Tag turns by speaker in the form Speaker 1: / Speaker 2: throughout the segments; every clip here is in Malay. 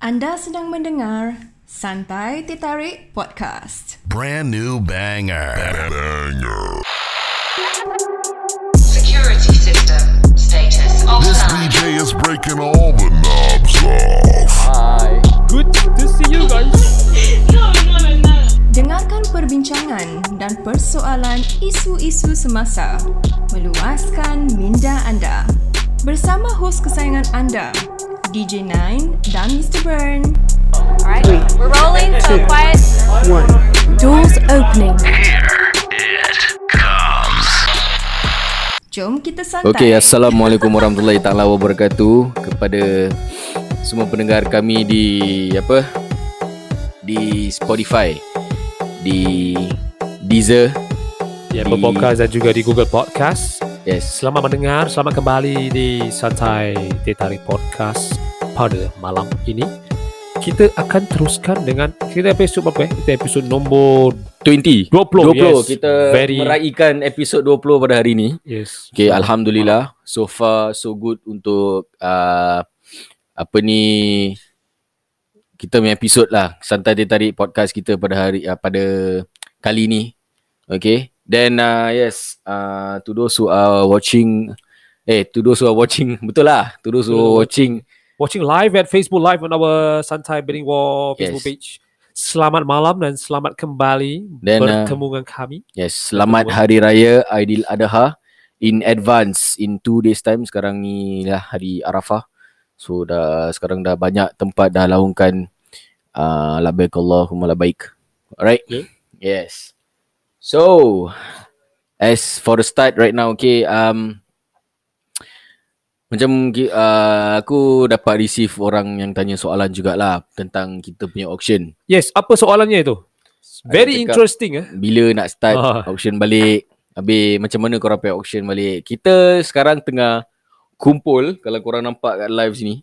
Speaker 1: Anda sedang mendengar Santai Tertarik Podcast.
Speaker 2: Brand new banger.
Speaker 3: Security system status
Speaker 4: This
Speaker 3: offline.
Speaker 4: DJ is breaking all the knobs off.
Speaker 5: Good to see you guys.
Speaker 1: Dengarkan perbincangan dan persoalan isu-isu semasa. Meluaskan minda anda. Bersama hos kesayangan anda, DJ Nine dan Mr. Burn.
Speaker 6: Alright, we're rolling, so quiet.
Speaker 1: Doors opening.
Speaker 2: It comes.
Speaker 1: Jom kita santai.
Speaker 7: Okey, Assalamualaikum warahmatullahi taala wabarakatuh kepada semua pendengar kami di apa? Di Spotify, di Deezer.
Speaker 5: Ya, Apple Podcast dan juga di Google Podcast.
Speaker 7: Yes.
Speaker 5: Selamat mendengar, selamat kembali di Santai Tertarik Podcast pada malam ini. Kita akan teruskan dengan kita episod berapa eh? Kita episod nombor
Speaker 7: 20.
Speaker 5: 20,
Speaker 7: 20
Speaker 5: yes.
Speaker 7: kita
Speaker 5: Very-
Speaker 7: Very... meraihkan episod 20 pada hari ini.
Speaker 5: yes.
Speaker 7: Okay, alhamdulillah. So far so good untuk uh, apa ni kita punya episod lah santai tertarik podcast kita pada hari uh, pada kali ni. Okay. Then uh, yes, uh, to those who are watching eh to those who are watching betul lah. To those who are watching
Speaker 5: Watching live at Facebook Live on our Santai Bidding War Facebook
Speaker 7: Yes.
Speaker 5: page. Selamat malam dan selamat kembali
Speaker 7: Then, uh,
Speaker 5: bertemu dengan kami.
Speaker 7: yes, selamat hari raya Aidil Adha in advance in two days time sekarang ni lah hari Arafah. So dah sekarang dah banyak tempat dah laungkan uh, labbaik Allahumma labbaik. Alright.
Speaker 5: Okay.
Speaker 7: Yes. So as for the start right now okay um macam ki- uh, aku dapat receive orang yang tanya soalan jugalah tentang kita punya auction.
Speaker 5: Yes, apa soalannya itu? Very
Speaker 7: cakap-
Speaker 5: interesting eh.
Speaker 7: Bila nak start
Speaker 5: Ah.
Speaker 7: auction balik? Habis macam mana korang pay auction balik? Kita sekarang tengah kumpul kalau korang nampak kat live sini.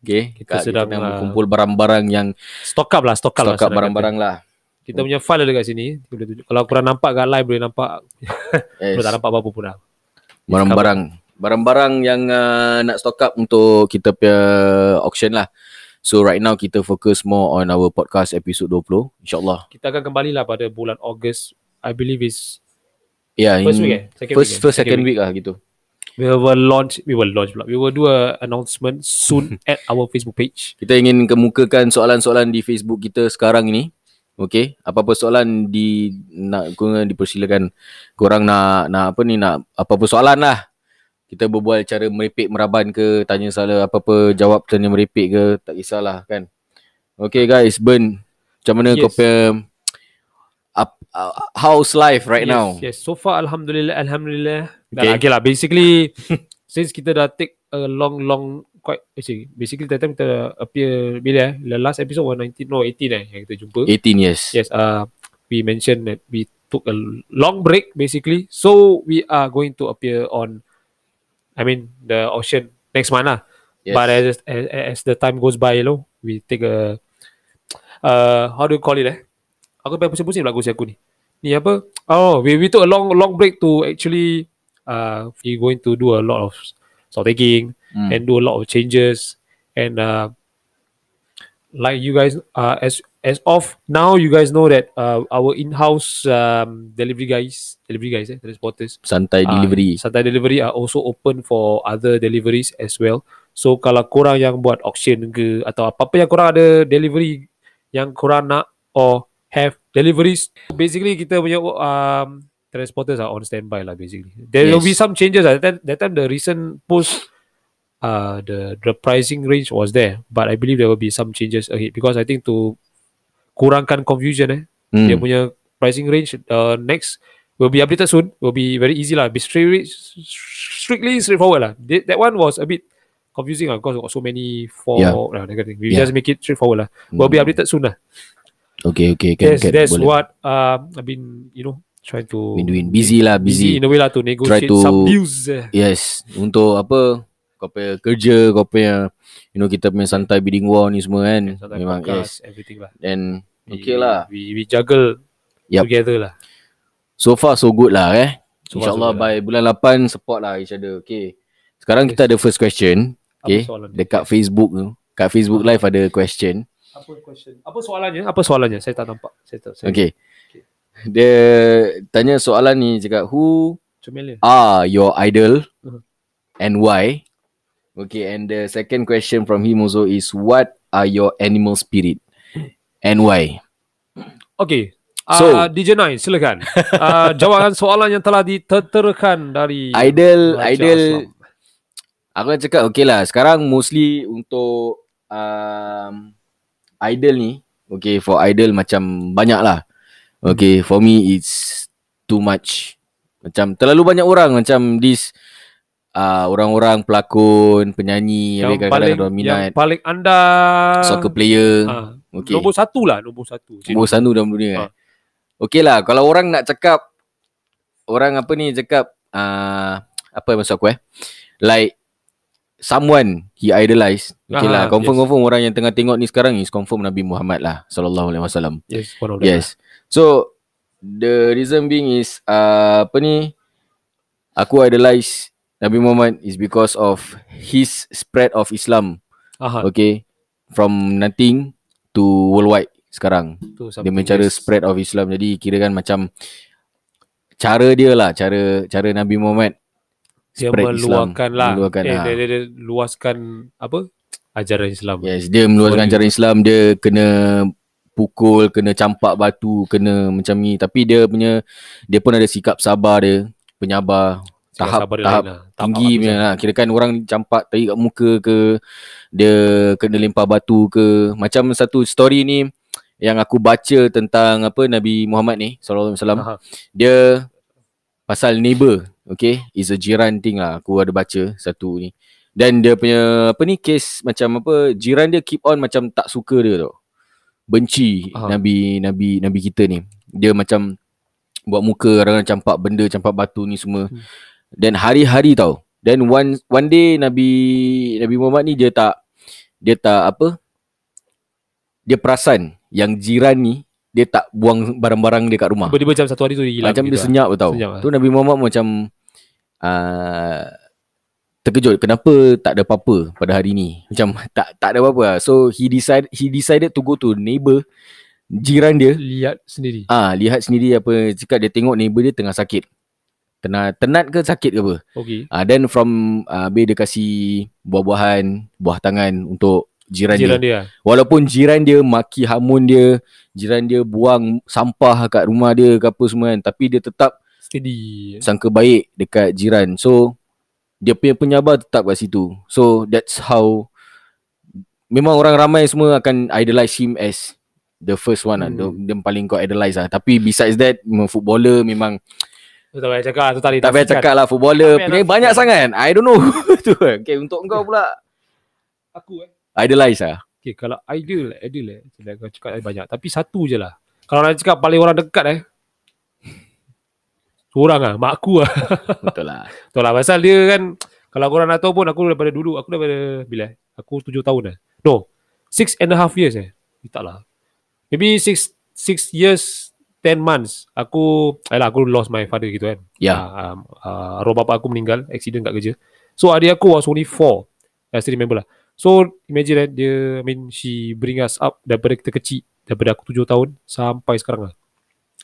Speaker 7: Okay,
Speaker 5: Kita sedang, ah,
Speaker 7: tengah kumpul barang-barang yang
Speaker 5: Stock up lah, stock up lah.
Speaker 7: stock up
Speaker 5: senang
Speaker 7: barang-barang lah.
Speaker 5: kata. Kita punya file ada kat sini. Boleh tunjuk. Kalau kurang nampak kat live boleh nampak
Speaker 7: Yes.
Speaker 5: Yes. Tak nampak apa-apa pun lah.
Speaker 7: barang-barang barang-barang yang uh, nak stock up untuk kita punya auction lah. So right now kita fokus more on our podcast episode 20 insyaallah.
Speaker 5: Kita akan kembali lah pada bulan Ogos. I believe is
Speaker 7: Ya, yeah,
Speaker 5: First
Speaker 7: in-
Speaker 5: week eh? Second
Speaker 7: first
Speaker 5: week eh?
Speaker 7: first
Speaker 5: Second
Speaker 7: second week lah gitu.
Speaker 5: we will launch, we will launch pula. We will do a announcement soon at our Facebook page.
Speaker 7: Kita ingin kemukakan soalan-soalan di Facebook kita sekarang ini. Okey, apa-apa soalan di nak korang dipersilakan korang nak nak apa ni nak apa-apa soalan lah. Kita berbual cara merepek meraban ke, tanya salah apa-apa, jawab tanya merepek ke, tak kisahlah kan. Okey guys, Ben, macam mana yes. kau
Speaker 5: Yes.
Speaker 7: punya up, uh, house life right
Speaker 5: yes,
Speaker 7: now?
Speaker 5: Yes, so far Alhamdulillah, Alhamdulillah. Okay,
Speaker 7: Okay.
Speaker 5: okay lah, basically since kita dah take a long, long quite actually basically that time kita appear bila eh the last episode was 19 no 18 eh yang kita jumpa
Speaker 7: 18 yes.
Speaker 5: yes uh we mentioned that we took a long break basically so we are going to appear on i mean the auction next month lah.
Speaker 7: Yes.
Speaker 5: but as, as as the time goes by you know we take a uh how do you call it eh aku pengen pusing-pusing lagu si aku ni ni apa oh we we took a long long break to actually uh we going to do a lot of stock taking
Speaker 7: Hmm.
Speaker 5: and do a lot of changes and uh like you guys uh as as of now you guys know that uh our in-house um delivery guys delivery guys eh, transporters
Speaker 7: Santai
Speaker 5: uh,
Speaker 7: delivery.
Speaker 5: Santai delivery are also open for other deliveries as well. So kalau korang yang buat auction ke atau apa-apa yang korang ada delivery yang korang nak or have deliveries, basically kita punya um, transporters are on standby lah basically. There yes. will be
Speaker 7: Yes.
Speaker 5: some changes. Lah. That, that time the recent post uh, the the pricing range was there, but I believe there will be some changes ahead because I think to kurangkan confusion eh
Speaker 7: Hmm.
Speaker 5: dia punya pricing range uh, next will be updated soon will be very easy lah be straight, strictly straightforward lah that, that one was a bit confusing lah because got so many for
Speaker 7: Yeah.
Speaker 5: lah, that kind of thing. we
Speaker 7: Yeah.
Speaker 5: just make it straightforward lah will be updated soon lah
Speaker 7: Okay, okay, can,
Speaker 5: that's,
Speaker 7: can,
Speaker 5: that's
Speaker 7: kan, boleh.
Speaker 5: what um, I've been you know trying to
Speaker 7: Been doing. Busy lah, busy.
Speaker 5: in a way lah to negotiate
Speaker 7: to-
Speaker 5: some deals eh.
Speaker 7: Yes, untuk apa kau punya kerja, kau punya you know kita punya santai bidding war ni semua kan.
Speaker 5: Sometimes
Speaker 7: Memang
Speaker 5: podcast,
Speaker 7: yes.
Speaker 5: everything lah
Speaker 7: Then
Speaker 5: We-
Speaker 7: okay lah.
Speaker 5: we, we juggle
Speaker 7: Yup.
Speaker 5: together lah
Speaker 7: So far so good lah eh.
Speaker 5: So far, so
Speaker 7: InsyaAllah
Speaker 5: good
Speaker 7: by bulan lah 8 support lah each other. Okay. Sekarang kita ada first question.
Speaker 5: Apa
Speaker 7: Okay.
Speaker 5: soalan Ah. dia?
Speaker 7: Dekat Facebook tu. kat Facebook live ada question.
Speaker 5: Apa question? Apa soalannya? Apa soalannya? Saya tak nampak. Saya tak. Saya
Speaker 7: Okay. Dia tanya soalan ni cakap who
Speaker 5: Comel dia.
Speaker 7: are your idol
Speaker 5: Mhm.
Speaker 7: and why? Okay, and the second question from him also is what are your animal spirit and why?
Speaker 5: Okay.
Speaker 7: So-
Speaker 5: So, uh, DJ Nine, silakan. Uh, jawapan soalan yang telah diterterakan dari
Speaker 7: Idol,
Speaker 5: Raja
Speaker 7: idol.
Speaker 5: Aslam.
Speaker 7: Aku nak cakap okay lah. Sekarang mostly untuk um, idol ni. Okay, for idol macam banyak lah. Okay, for me it's too much. Macam terlalu banyak orang macam this uh, orang-orang pelakon, penyanyi yang, yang
Speaker 5: yang paling
Speaker 7: kadang-kadang orang
Speaker 5: yang
Speaker 7: minat,
Speaker 5: paling anda
Speaker 7: soccer player.
Speaker 5: Ah,
Speaker 7: okay.
Speaker 5: okay. Nombor satu lah, nombor satu.
Speaker 7: Nombor satu dalam dunia
Speaker 5: Ha.
Speaker 7: ha. Okey lah Kalau orang nak cakap Orang apa ni cakap uh, Apa maksud aku eh Like Someone He idolize Okay
Speaker 5: Ah,
Speaker 7: lah
Speaker 5: yes.
Speaker 7: Confirm-confirm orang yang tengah tengok ni sekarang Is confirm Nabi Muhammad lah Sallallahu alaihi wasallam
Speaker 5: Yes, one of them.
Speaker 7: Yes So The reason being is uh, Apa ni Aku idolize Nabi Muhammad Is because of His spread of Islam
Speaker 5: Aha,
Speaker 7: Okay From nothing To worldwide Sekarang
Speaker 5: tu
Speaker 7: dia
Speaker 5: something,
Speaker 7: punya cara
Speaker 5: yes.
Speaker 7: spread of Islam jadi kira kan macam cara dia lah cara cara Nabi Muhammad
Speaker 5: dia
Speaker 7: spread Islam.
Speaker 5: meluahkan lah.
Speaker 7: meluahkan
Speaker 5: eh,
Speaker 7: ha.
Speaker 5: dia, dia, dia luaskan apa? Ajaran Islam.
Speaker 7: yes dia meluaskan
Speaker 5: Sorry.
Speaker 7: cara Islam dia kena pukul kena campak batu kena macam ni tapi dia punya dia pun ada sikap sabar dia penyabar
Speaker 5: Sikap
Speaker 7: tahap-
Speaker 5: sabar dia
Speaker 7: tahap
Speaker 5: lain lah. Tahap
Speaker 7: tinggi
Speaker 5: apa
Speaker 7: punya lah kira kan orang campak tahi kat muka ke dia kena lempar batu ke macam satu story ni yang aku baca tentang apa Nabi Muhammad ni sallallahu alaihi wasallam
Speaker 5: Aha.
Speaker 7: dia pasal neighbor okay is a jiran thing lah aku ada baca satu ni dan dia punya apa ni case macam apa jiran dia keep on macam tak suka dia tau benci
Speaker 5: Aha.
Speaker 7: nabi nabi nabi kita ni dia macam buat muka kadang-kadang campak benda campak batu ni semua
Speaker 5: Hmm.
Speaker 7: dan hari-hari tau then one one day nabi nabi Muhammad ni dia tak dia tak apa dia perasan yang jiran ni dia tak buang barang-barang dia kat rumah
Speaker 5: Tiba-tiba macam satu hari tu dia hilang.
Speaker 7: macam
Speaker 5: gitu
Speaker 7: dia
Speaker 5: lah.
Speaker 7: senyap tau.
Speaker 5: Senyap lah.
Speaker 7: Tu Nabi Muhammad macam uh, terkejut kenapa tak ada apa-apa pada hari ni. Macam tak tak ada apa-apa. Lah. So he decide he decided to go to neighbor jiran dia.
Speaker 5: Lihat sendiri.
Speaker 7: Ah lihat sendiri apa cakap dia tengok neighbor dia tengah sakit. Tenat tenat ke sakit ke apa?
Speaker 5: Okay.
Speaker 7: Ah then from ah habis dia kasi buah-buahan, buah tangan untuk jiran, jiran dia.
Speaker 5: Jiran dia.
Speaker 7: Walaupun jiran dia maki hamun dia, jiran dia buang sampah kat rumah dia ke apa semua kan, tapi dia tetap
Speaker 5: Steady.
Speaker 7: sangka baik dekat jiran. So dia punya penyabar tetap kat situ. So that's how memang orang ramai semua akan idolize him as the first one lah.
Speaker 5: Hmm.
Speaker 7: The, the paling kau idolize lah. Tapi besides that, memang footballer memang
Speaker 5: Tu tak payah cakap. Tu tak boleh
Speaker 7: tak payah
Speaker 5: nafikan.
Speaker 7: cakap lah footballer.
Speaker 5: Tak payah
Speaker 7: Pemain
Speaker 5: nafikan.
Speaker 7: banyak sangat. I don't know. tu. Okay, untuk kau pula
Speaker 5: Aku eh.
Speaker 7: idolize lah.
Speaker 5: Okay, kalau ideal, ideal eh. Bila kau cakap ada banyak. Tapi satu je lah. Kalau nak cakap paling orang dekat eh. Seorang lah. Mak aku lah.
Speaker 7: Betul lah.
Speaker 5: Betul lah. Pasal dia kan. Kalau korang nak tahu pun aku daripada dulu. Aku daripada bila eh? Aku tujuh tahun eh. No. Six and a half years eh. Eh, Tak lah. Maybe six, six years, ten months. Aku, ayolah aku lost my father gitu kan.
Speaker 7: Ya.
Speaker 5: Ah, um, uh, arwah bapak aku meninggal accident kat kerja. So adik aku was only four. I still remember lah. So imagine that dia I mean she bring us up daripada kita kecil daripada aku tujuh tahun sampai sekarang lah.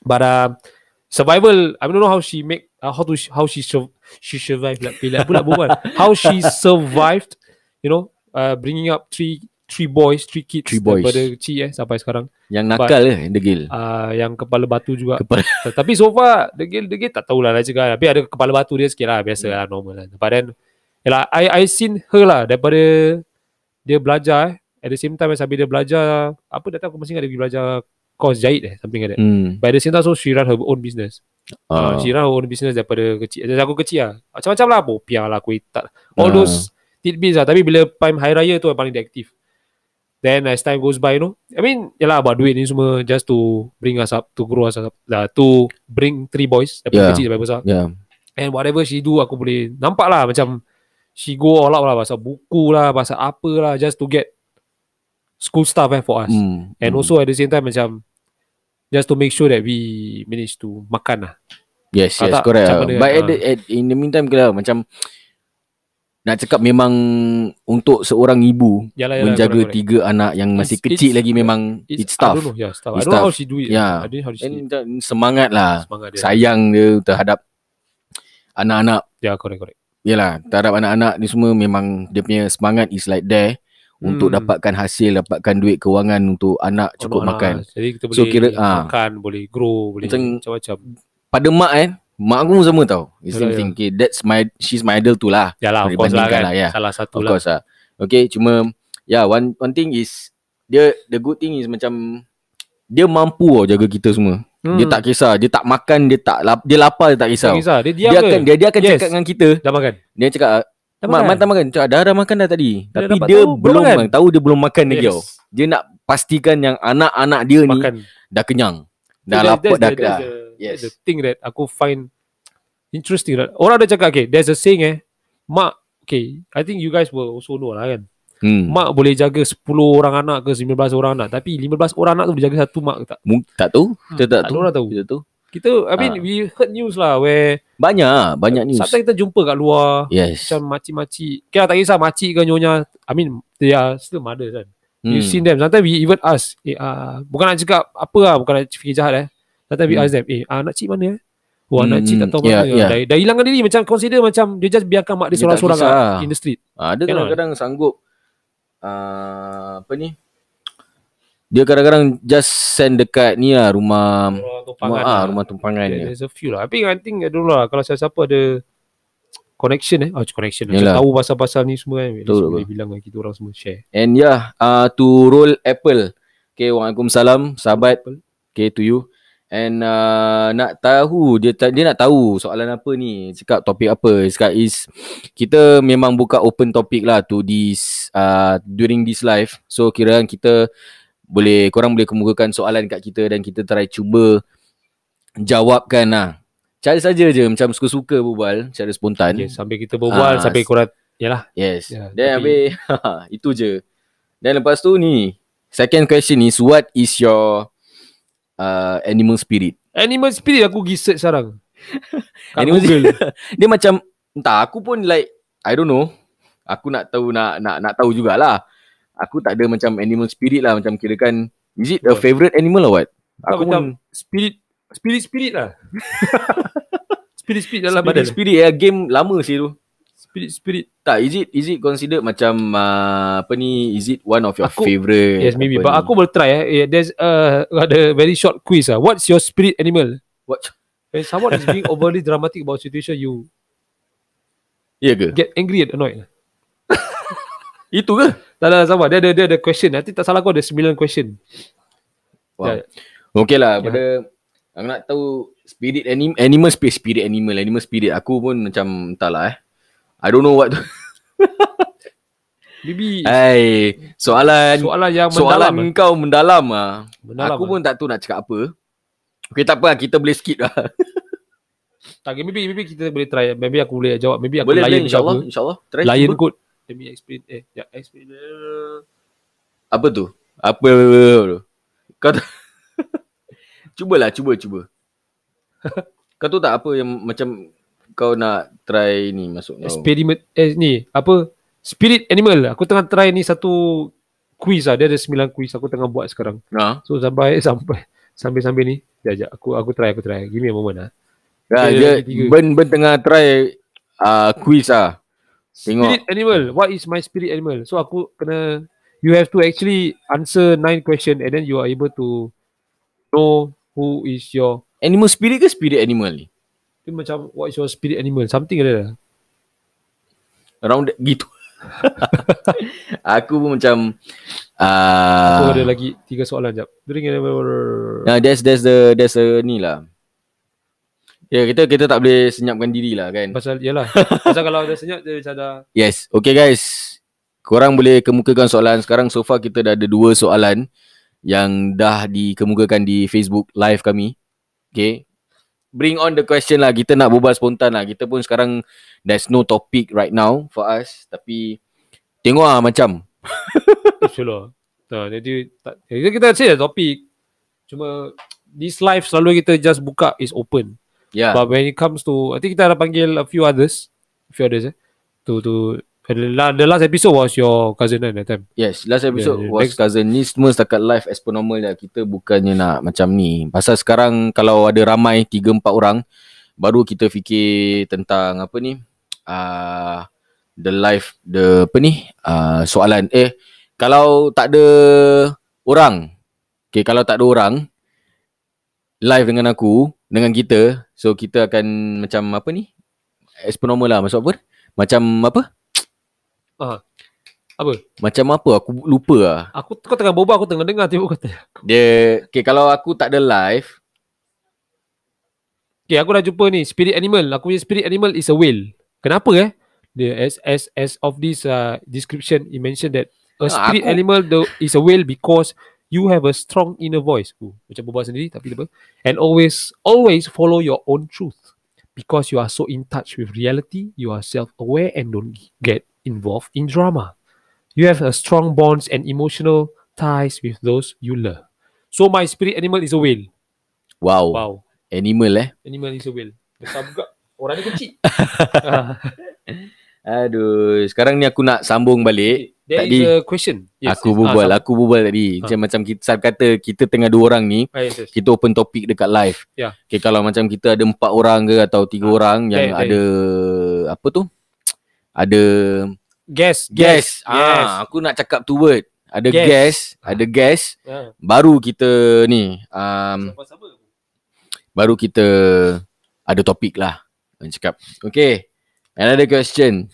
Speaker 5: But uh, survival I don't know how she make uh, how to how she sur- she survive lah pula pula bukan. How she survived you know uh, bringing up three three boys, three kids
Speaker 7: Three boys.
Speaker 5: daripada kecil eh sampai sekarang.
Speaker 7: Yang nakal eh, degil.
Speaker 5: Uh, yang kepala batu juga
Speaker 7: Kepala
Speaker 5: tapi so far Degil Degil tak tahulah lah cakap Tapi ada kepala batu dia sikit lah Biasa
Speaker 7: Hmm.
Speaker 5: lah normal lah But then Yalah I, I seen her lah Daripada Dia belajar eh At the same time Sambil dia belajar Apa datang aku masih ingat Dia pergi belajar Course jahit eh Something like that
Speaker 7: Hmm.
Speaker 5: By the same time so She run her own business uh.
Speaker 7: Ah.
Speaker 5: She run her own business Daripada kecil Dari aku kecil lah Macam-macam lah Popiah lah Kuih tart All
Speaker 7: Ah.
Speaker 5: those tidbits lah Tapi bila time Hari Raya tu Yang paling dia aktif Then as time goes by you know I mean Yalah about duit ni semua Just to Bring us up To grow us up lah, To bring three boys Daripada yeah.
Speaker 7: Yeah.
Speaker 5: kecil sampai besar
Speaker 7: Ya.
Speaker 5: And whatever she do Aku boleh Nampak lah macam She go all out lah Pasal buku lah Pasal apa lah Just to get School stuff eh for us mm.
Speaker 7: Hmm.
Speaker 5: And
Speaker 7: Hmm.
Speaker 5: also at the same time Macam Just to make sure that we Manage to Makan lah
Speaker 7: Yes,
Speaker 5: Ah,
Speaker 7: yes,
Speaker 5: tak,
Speaker 7: correct.
Speaker 5: macam
Speaker 7: lah.
Speaker 5: mana,
Speaker 7: But at
Speaker 5: ah.
Speaker 7: the, at, in the meantime, kira macam lah, nak cakap memang untuk seorang ibu
Speaker 5: Yalah, yalah,
Speaker 7: menjaga
Speaker 5: lah, Ya, correct, correct.
Speaker 7: tiga anak yang masih
Speaker 5: It's-
Speaker 7: kecil
Speaker 5: it's-
Speaker 7: lagi memang
Speaker 5: It's,
Speaker 7: it's, tough.
Speaker 5: I don't know. Yeah, it's tough. I
Speaker 7: It's
Speaker 5: don't know how
Speaker 7: tough.
Speaker 5: she do it.
Speaker 7: Yeah.
Speaker 5: I don't know how she do
Speaker 7: And
Speaker 5: it.
Speaker 7: dan semangat lah
Speaker 5: Semangat dia.
Speaker 7: sayang dia terhadap anak-anak
Speaker 5: Yeah, Ya, correct, correct.
Speaker 7: Yalah, terhadap anak-anak ni semua memang dia punya semangat is like there untuk
Speaker 5: Hmm.
Speaker 7: dapatkan hasil, dapatkan duit kewangan untuk anak cukup
Speaker 5: Anak-anak.
Speaker 7: makan.
Speaker 5: Jadi kita boleh
Speaker 7: So, kira- ah.
Speaker 5: makan, boleh grow, boleh
Speaker 7: Macam-
Speaker 5: macam-macam.
Speaker 7: Pada mak eh, mak aku pun sama tau. It's
Speaker 5: Yalah,
Speaker 7: same thing. Okay, that's my she's my idol tu lah.
Speaker 5: Yalah, of course
Speaker 7: Dibandingkan
Speaker 5: lah kan.
Speaker 7: lah, yeah.
Speaker 5: Salah
Speaker 7: Of
Speaker 5: satu lah.
Speaker 7: course lah. Okay, cuma yeah, one one thing is dia the good thing is macam dia mampu tau jaga kita semua.
Speaker 5: Hmm.
Speaker 7: Dia tak kisah, dia tak makan, dia tak lap, dia lapar dia tak
Speaker 5: Tak
Speaker 7: kisah.
Speaker 5: kisah. Dia diam
Speaker 7: Dia
Speaker 5: ke?
Speaker 7: akan dia, dia akan
Speaker 5: Yes.
Speaker 7: cakap dengan kita.
Speaker 5: Dah makan.
Speaker 7: Dia cakap
Speaker 5: Dah
Speaker 7: Mak, mak tak makan. Cakap, dah, dah makan dah tadi.
Speaker 5: Dia
Speaker 7: Tapi
Speaker 5: dapat
Speaker 7: dia
Speaker 5: tahu, belum
Speaker 7: belum
Speaker 5: makan.
Speaker 7: makan. tahu dia belum makan lagi
Speaker 5: Yes.
Speaker 7: tau. Dia nak pastikan yang anak-anak dia ni
Speaker 5: Makan.
Speaker 7: dah kenyang.
Speaker 5: So
Speaker 7: Dah
Speaker 5: that-
Speaker 7: lapar dah
Speaker 5: that's the- that's
Speaker 7: kenyang.
Speaker 5: the-
Speaker 7: Yes.
Speaker 5: that's The thing that aku find interesting right. Orang ada cakap okay, there's a saying eh. Mak, okay, I think you guys will also know lah kan.
Speaker 7: Hmm.
Speaker 5: Mak boleh jaga 10 orang anak ke 19 orang anak, tapi 15 orang anak tu boleh jaga satu mak ke tak?
Speaker 7: Mung- tak tahu. Kita tak,
Speaker 5: Hmm. tak
Speaker 7: tahu.
Speaker 5: ada orang tahu.
Speaker 7: Kita tahu.
Speaker 5: Kita I mean
Speaker 7: Ah.
Speaker 5: we heard news lah where
Speaker 7: Banyak ah, banyak news.
Speaker 5: sometimes kita jumpa kat luar
Speaker 7: Yes.
Speaker 5: macam makcik-makcik. Okay lah, tak kisah makcik ke nyonya. I mean they are still mothers kan. You
Speaker 7: Hmm.
Speaker 5: seen them. Sometimes we even ask, eh, uh, bukan nak cakap apa lah, bukan nak fikir jahat eh. Sometimes we
Speaker 7: Hmm.
Speaker 5: ask them, eh, anak cik mana eh? Wah,
Speaker 7: Hmm,
Speaker 5: anak cik tak tahu
Speaker 7: yeah,
Speaker 5: mana.
Speaker 7: yeah.
Speaker 5: Dah, dah hilangkan diri. Macam consider macam dia just biarkan mak dia
Speaker 7: Dia tak
Speaker 5: seorang-seorang
Speaker 7: kisah.
Speaker 5: kat- in the street.
Speaker 7: Ah, dia
Speaker 5: Cannot.
Speaker 7: kadang-kadang sanggup ah, apa ni? Dia kadang-kadang just send dekat ni lah rumah rumah,
Speaker 5: lah.
Speaker 7: ah, rumah tumpangan dia.
Speaker 5: yeah, kan. There's a few lah. Tapi I think, I don't know lah, kalau siapa-siapa ada connection eh. Oh, connection. Macam
Speaker 7: Yelah.
Speaker 5: tahu pasal-pasal ni semua kan. At least
Speaker 7: Betul,
Speaker 5: boleh bilang kan kita orang semua share.
Speaker 7: And yeah, uh, to roll apple. Okay, Waalaikumsalam, sahabat. Okay, to you. And uh, nak tahu, dia ta- dia nak tahu soalan apa ni, cakap topik apa. Cakap is, kita memang buka open topic lah to this, uh, during this live. So, kira kita boleh, korang boleh kemukakan soalan kat kita dan kita try cuba jawabkan lah. Cara saja je, macam suka-suka berbual secara spontan.
Speaker 5: Okay, sampai kita
Speaker 7: Ah,
Speaker 5: berbual, sampai korang, yalah.
Speaker 7: Yes. Yeah,
Speaker 5: Ya,
Speaker 7: Then
Speaker 5: tapi-
Speaker 7: tapi... habis itu je. Then lepas tu ni, second question is what is your uh, animal spirit?
Speaker 5: Animal spirit aku research sekarang. Kat
Speaker 7: Animal
Speaker 5: Google.
Speaker 7: Dia macam entah aku pun like I don't know. Aku nak tahu nak nak nak tahu jugalah. Aku tak ada macam animal spirit lah macam kirakan is it a
Speaker 5: Betul.
Speaker 7: favorite animal or what? Aku
Speaker 5: Aku macam
Speaker 7: pun
Speaker 5: spirit spirit spirit lah. spirit spirit dalam
Speaker 7: spirit,
Speaker 5: badan.
Speaker 7: spirit ya game lama sih tu.
Speaker 5: lah Spirit spirit.
Speaker 7: Tak, is it is it considered macam uh, apa ni? Is it one of your
Speaker 5: Aku-
Speaker 7: favorite?
Speaker 5: Yes maybe.
Speaker 7: Apa
Speaker 5: But
Speaker 7: ni?
Speaker 5: aku boleh try eh. Yeah, there's uh, ada very short quiz ah. What's your spirit animal?
Speaker 7: what?
Speaker 5: When someone is being overly dramatic about situation, you
Speaker 7: Ya ke?
Speaker 5: get angry and annoyed.
Speaker 7: Itu ke?
Speaker 5: Tak ada sama. Dia ada dia ada question. Nanti tak salah kau ada 9 question.
Speaker 7: Wow.
Speaker 5: Ya.
Speaker 7: Okay lah
Speaker 5: Ya.
Speaker 7: pada aku nak tahu spirit anim, animal space spirit animal animal spirit aku pun macam entahlah eh. I don't know what tu.
Speaker 5: Maybe
Speaker 7: Hai, soalan
Speaker 5: soalan yang
Speaker 7: soalan, soalan
Speaker 5: mendalam. eh?
Speaker 7: kau mendalam ah.
Speaker 5: Mendalam
Speaker 7: aku
Speaker 5: ah.
Speaker 7: pun tak tahu nak cakap apa. Okay tak apa lah, kita boleh skip lah.
Speaker 5: Tak, okay, maybe maybe kita boleh try. Maybe aku boleh jawab. Maybe aku
Speaker 7: boleh boleh
Speaker 5: layan
Speaker 7: insyaallah
Speaker 5: insyaAllah.
Speaker 7: insyaallah. Try
Speaker 5: Layan
Speaker 7: cuba.
Speaker 5: kot. Let me explain. Eh, ya, explain. eh.
Speaker 7: Apa tu? Apa tu? Kau tu Cubalah cuba cuba. kau tahu tak apa yang macam kau nak try ni masuk kau?
Speaker 5: Experiment eh, ni apa spirit animal. Aku tengah try ni satu quiz lah. Dia ada 9 quiz aku tengah buat sekarang.
Speaker 7: Ha?
Speaker 5: So sampai sampai sambil-sambil ni. Jajak aku aku try aku try. Give me a moment ah.
Speaker 7: Ya,
Speaker 5: Dia
Speaker 7: dia
Speaker 5: lagi tiga.
Speaker 7: Ben Ben tengah try uh, quiz ah. Tengok.
Speaker 5: Spirit animal. What is my spirit animal? So aku kena you have to actually answer 9 question and then you are able to know who is your
Speaker 7: Animal spirit ke spirit animal ni?
Speaker 5: dia macam what is your spirit animal something lah. ada dah.
Speaker 7: Around that, gitu. aku pun macam
Speaker 5: So ada
Speaker 7: uh,
Speaker 5: lagi tiga soalan jap. During animal.
Speaker 7: nah, ya, that's that's the that's a ni lah. Ya, yeah, kita kita tak boleh senyapkan diri lah kan.
Speaker 5: Pasal yalah. Pasal kalau dah senyap dia macam dah
Speaker 7: Yes. Okay guys. Korang boleh kemukakan soalan. Sekarang so far kita dah ada dua soalan yang dah dikemukakan di Facebook live kami. Okay. Bring on the question lah. Kita nak berbual spontan lah. Kita pun sekarang there's no topic right now for us. Tapi tengok lah macam.
Speaker 5: Insyaallah. Nah, jadi Eh, tak, kita kita cari lah topik. Cuma this live selalu kita just buka is open.
Speaker 7: Ya.
Speaker 5: Yeah.
Speaker 7: Yeah.
Speaker 5: But when it comes to I think kita ada panggil a few others, a few others eh to to The la- the last episode was your cousin kan that time.
Speaker 7: Yes, last episode
Speaker 5: Yeah,
Speaker 7: yeah, was
Speaker 5: next-
Speaker 7: cousin ni semua setakat live as per normal lah. Kita bukannya nak macam ni. Pasal sekarang kalau ada ramai 3 4 orang baru kita fikir tentang apa ni? Ah uh, the live the apa ni? Ah uh, soalan eh kalau tak ada orang. Okay, kalau tak ada orang live dengan aku, dengan kita, so kita akan macam apa ni? As per normal lah. Maksud apa? Macam apa?
Speaker 5: Ah. Apa?
Speaker 7: Macam apa? Aku lupa lah.
Speaker 5: Aku kau tengah boba aku tengah dengar tiba kau tanya. aku.
Speaker 7: Dia okay, kalau aku tak ada live,
Speaker 5: Okay, aku dah jumpa ni spirit animal. Aku punya spirit animal is a whale. Kenapa eh? The as as as of this uh, description it mentioned that
Speaker 7: Ah,
Speaker 5: a spirit
Speaker 7: aku-
Speaker 5: animal the, is a whale because you have a strong inner voice. Oh, macam berbual sendiri tapi apa? And always always follow your own truth because you are so in touch with reality, you are self-aware and don't get involved in drama. You have a strong bonds and emotional ties with those you love. So my spirit animal is a whale.
Speaker 7: wow, wow.
Speaker 5: Wow.
Speaker 7: animal eh.
Speaker 5: Animal is a whale. Besar buka. Orang ni kecil. Ah,
Speaker 7: Aduh, sekarang ni aku nak sambung balik.
Speaker 5: There
Speaker 7: tadi
Speaker 5: is a question. Ah,
Speaker 7: aku lah. berbual, aku berbual tadi. Macam macam kita Sal kata kita tengah dua orang ni,
Speaker 5: Ah, yes, yes.
Speaker 7: kita open topik dekat live.
Speaker 5: Ya. Ah.
Speaker 7: Okay, kalau macam kita ada empat orang ke atau tiga orang yang
Speaker 5: baik, baik.
Speaker 7: ada apa tu? Ada
Speaker 5: Guess.
Speaker 7: guest.
Speaker 5: Guess. Yes.
Speaker 7: Ah, aku nak cakap two word. Ada
Speaker 5: Guest.
Speaker 7: guest, guest ada guest,
Speaker 5: Ah.
Speaker 7: baru kita ni um, baru kita ada topik lah nak cakap. Okay. Another question.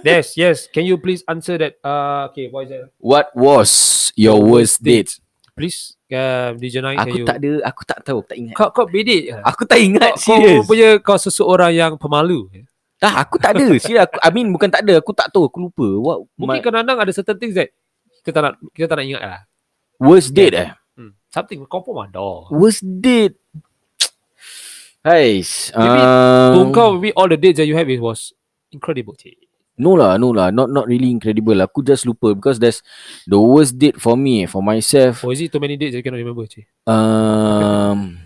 Speaker 5: yes, yes. Can you please answer that? Uh, okay, what is that?
Speaker 7: What was your worst date?
Speaker 5: Please, uh, DJ Nine,
Speaker 7: Aku
Speaker 5: can you?
Speaker 7: tak ada, aku tak tahu, aku tak ingat.
Speaker 5: Kau, kau bedek. Aku
Speaker 7: Aku tak ingat
Speaker 5: kau
Speaker 7: serius.
Speaker 5: punya kau seseorang yang pemalu.
Speaker 7: Tak, aku tak ada. Serius aku I mean bukan tak ada, aku tak tahu, aku lupa. What my
Speaker 5: Mungkin kadang-kadang ada certain things that kita tak nak, kita tak nak ingat lah.
Speaker 7: worst date eh?
Speaker 5: Hmm. Something confirm ada.
Speaker 7: Worst date. Hais.
Speaker 5: Maybe To
Speaker 7: Um,
Speaker 5: kau, maybe all the dates that you have it was incredible.
Speaker 7: No lah, no lah. Not not really incredible. Aku just lupa because that's the worst date for me, for myself.
Speaker 5: Or is it too many dates that you cannot remember? Cik?
Speaker 7: Um,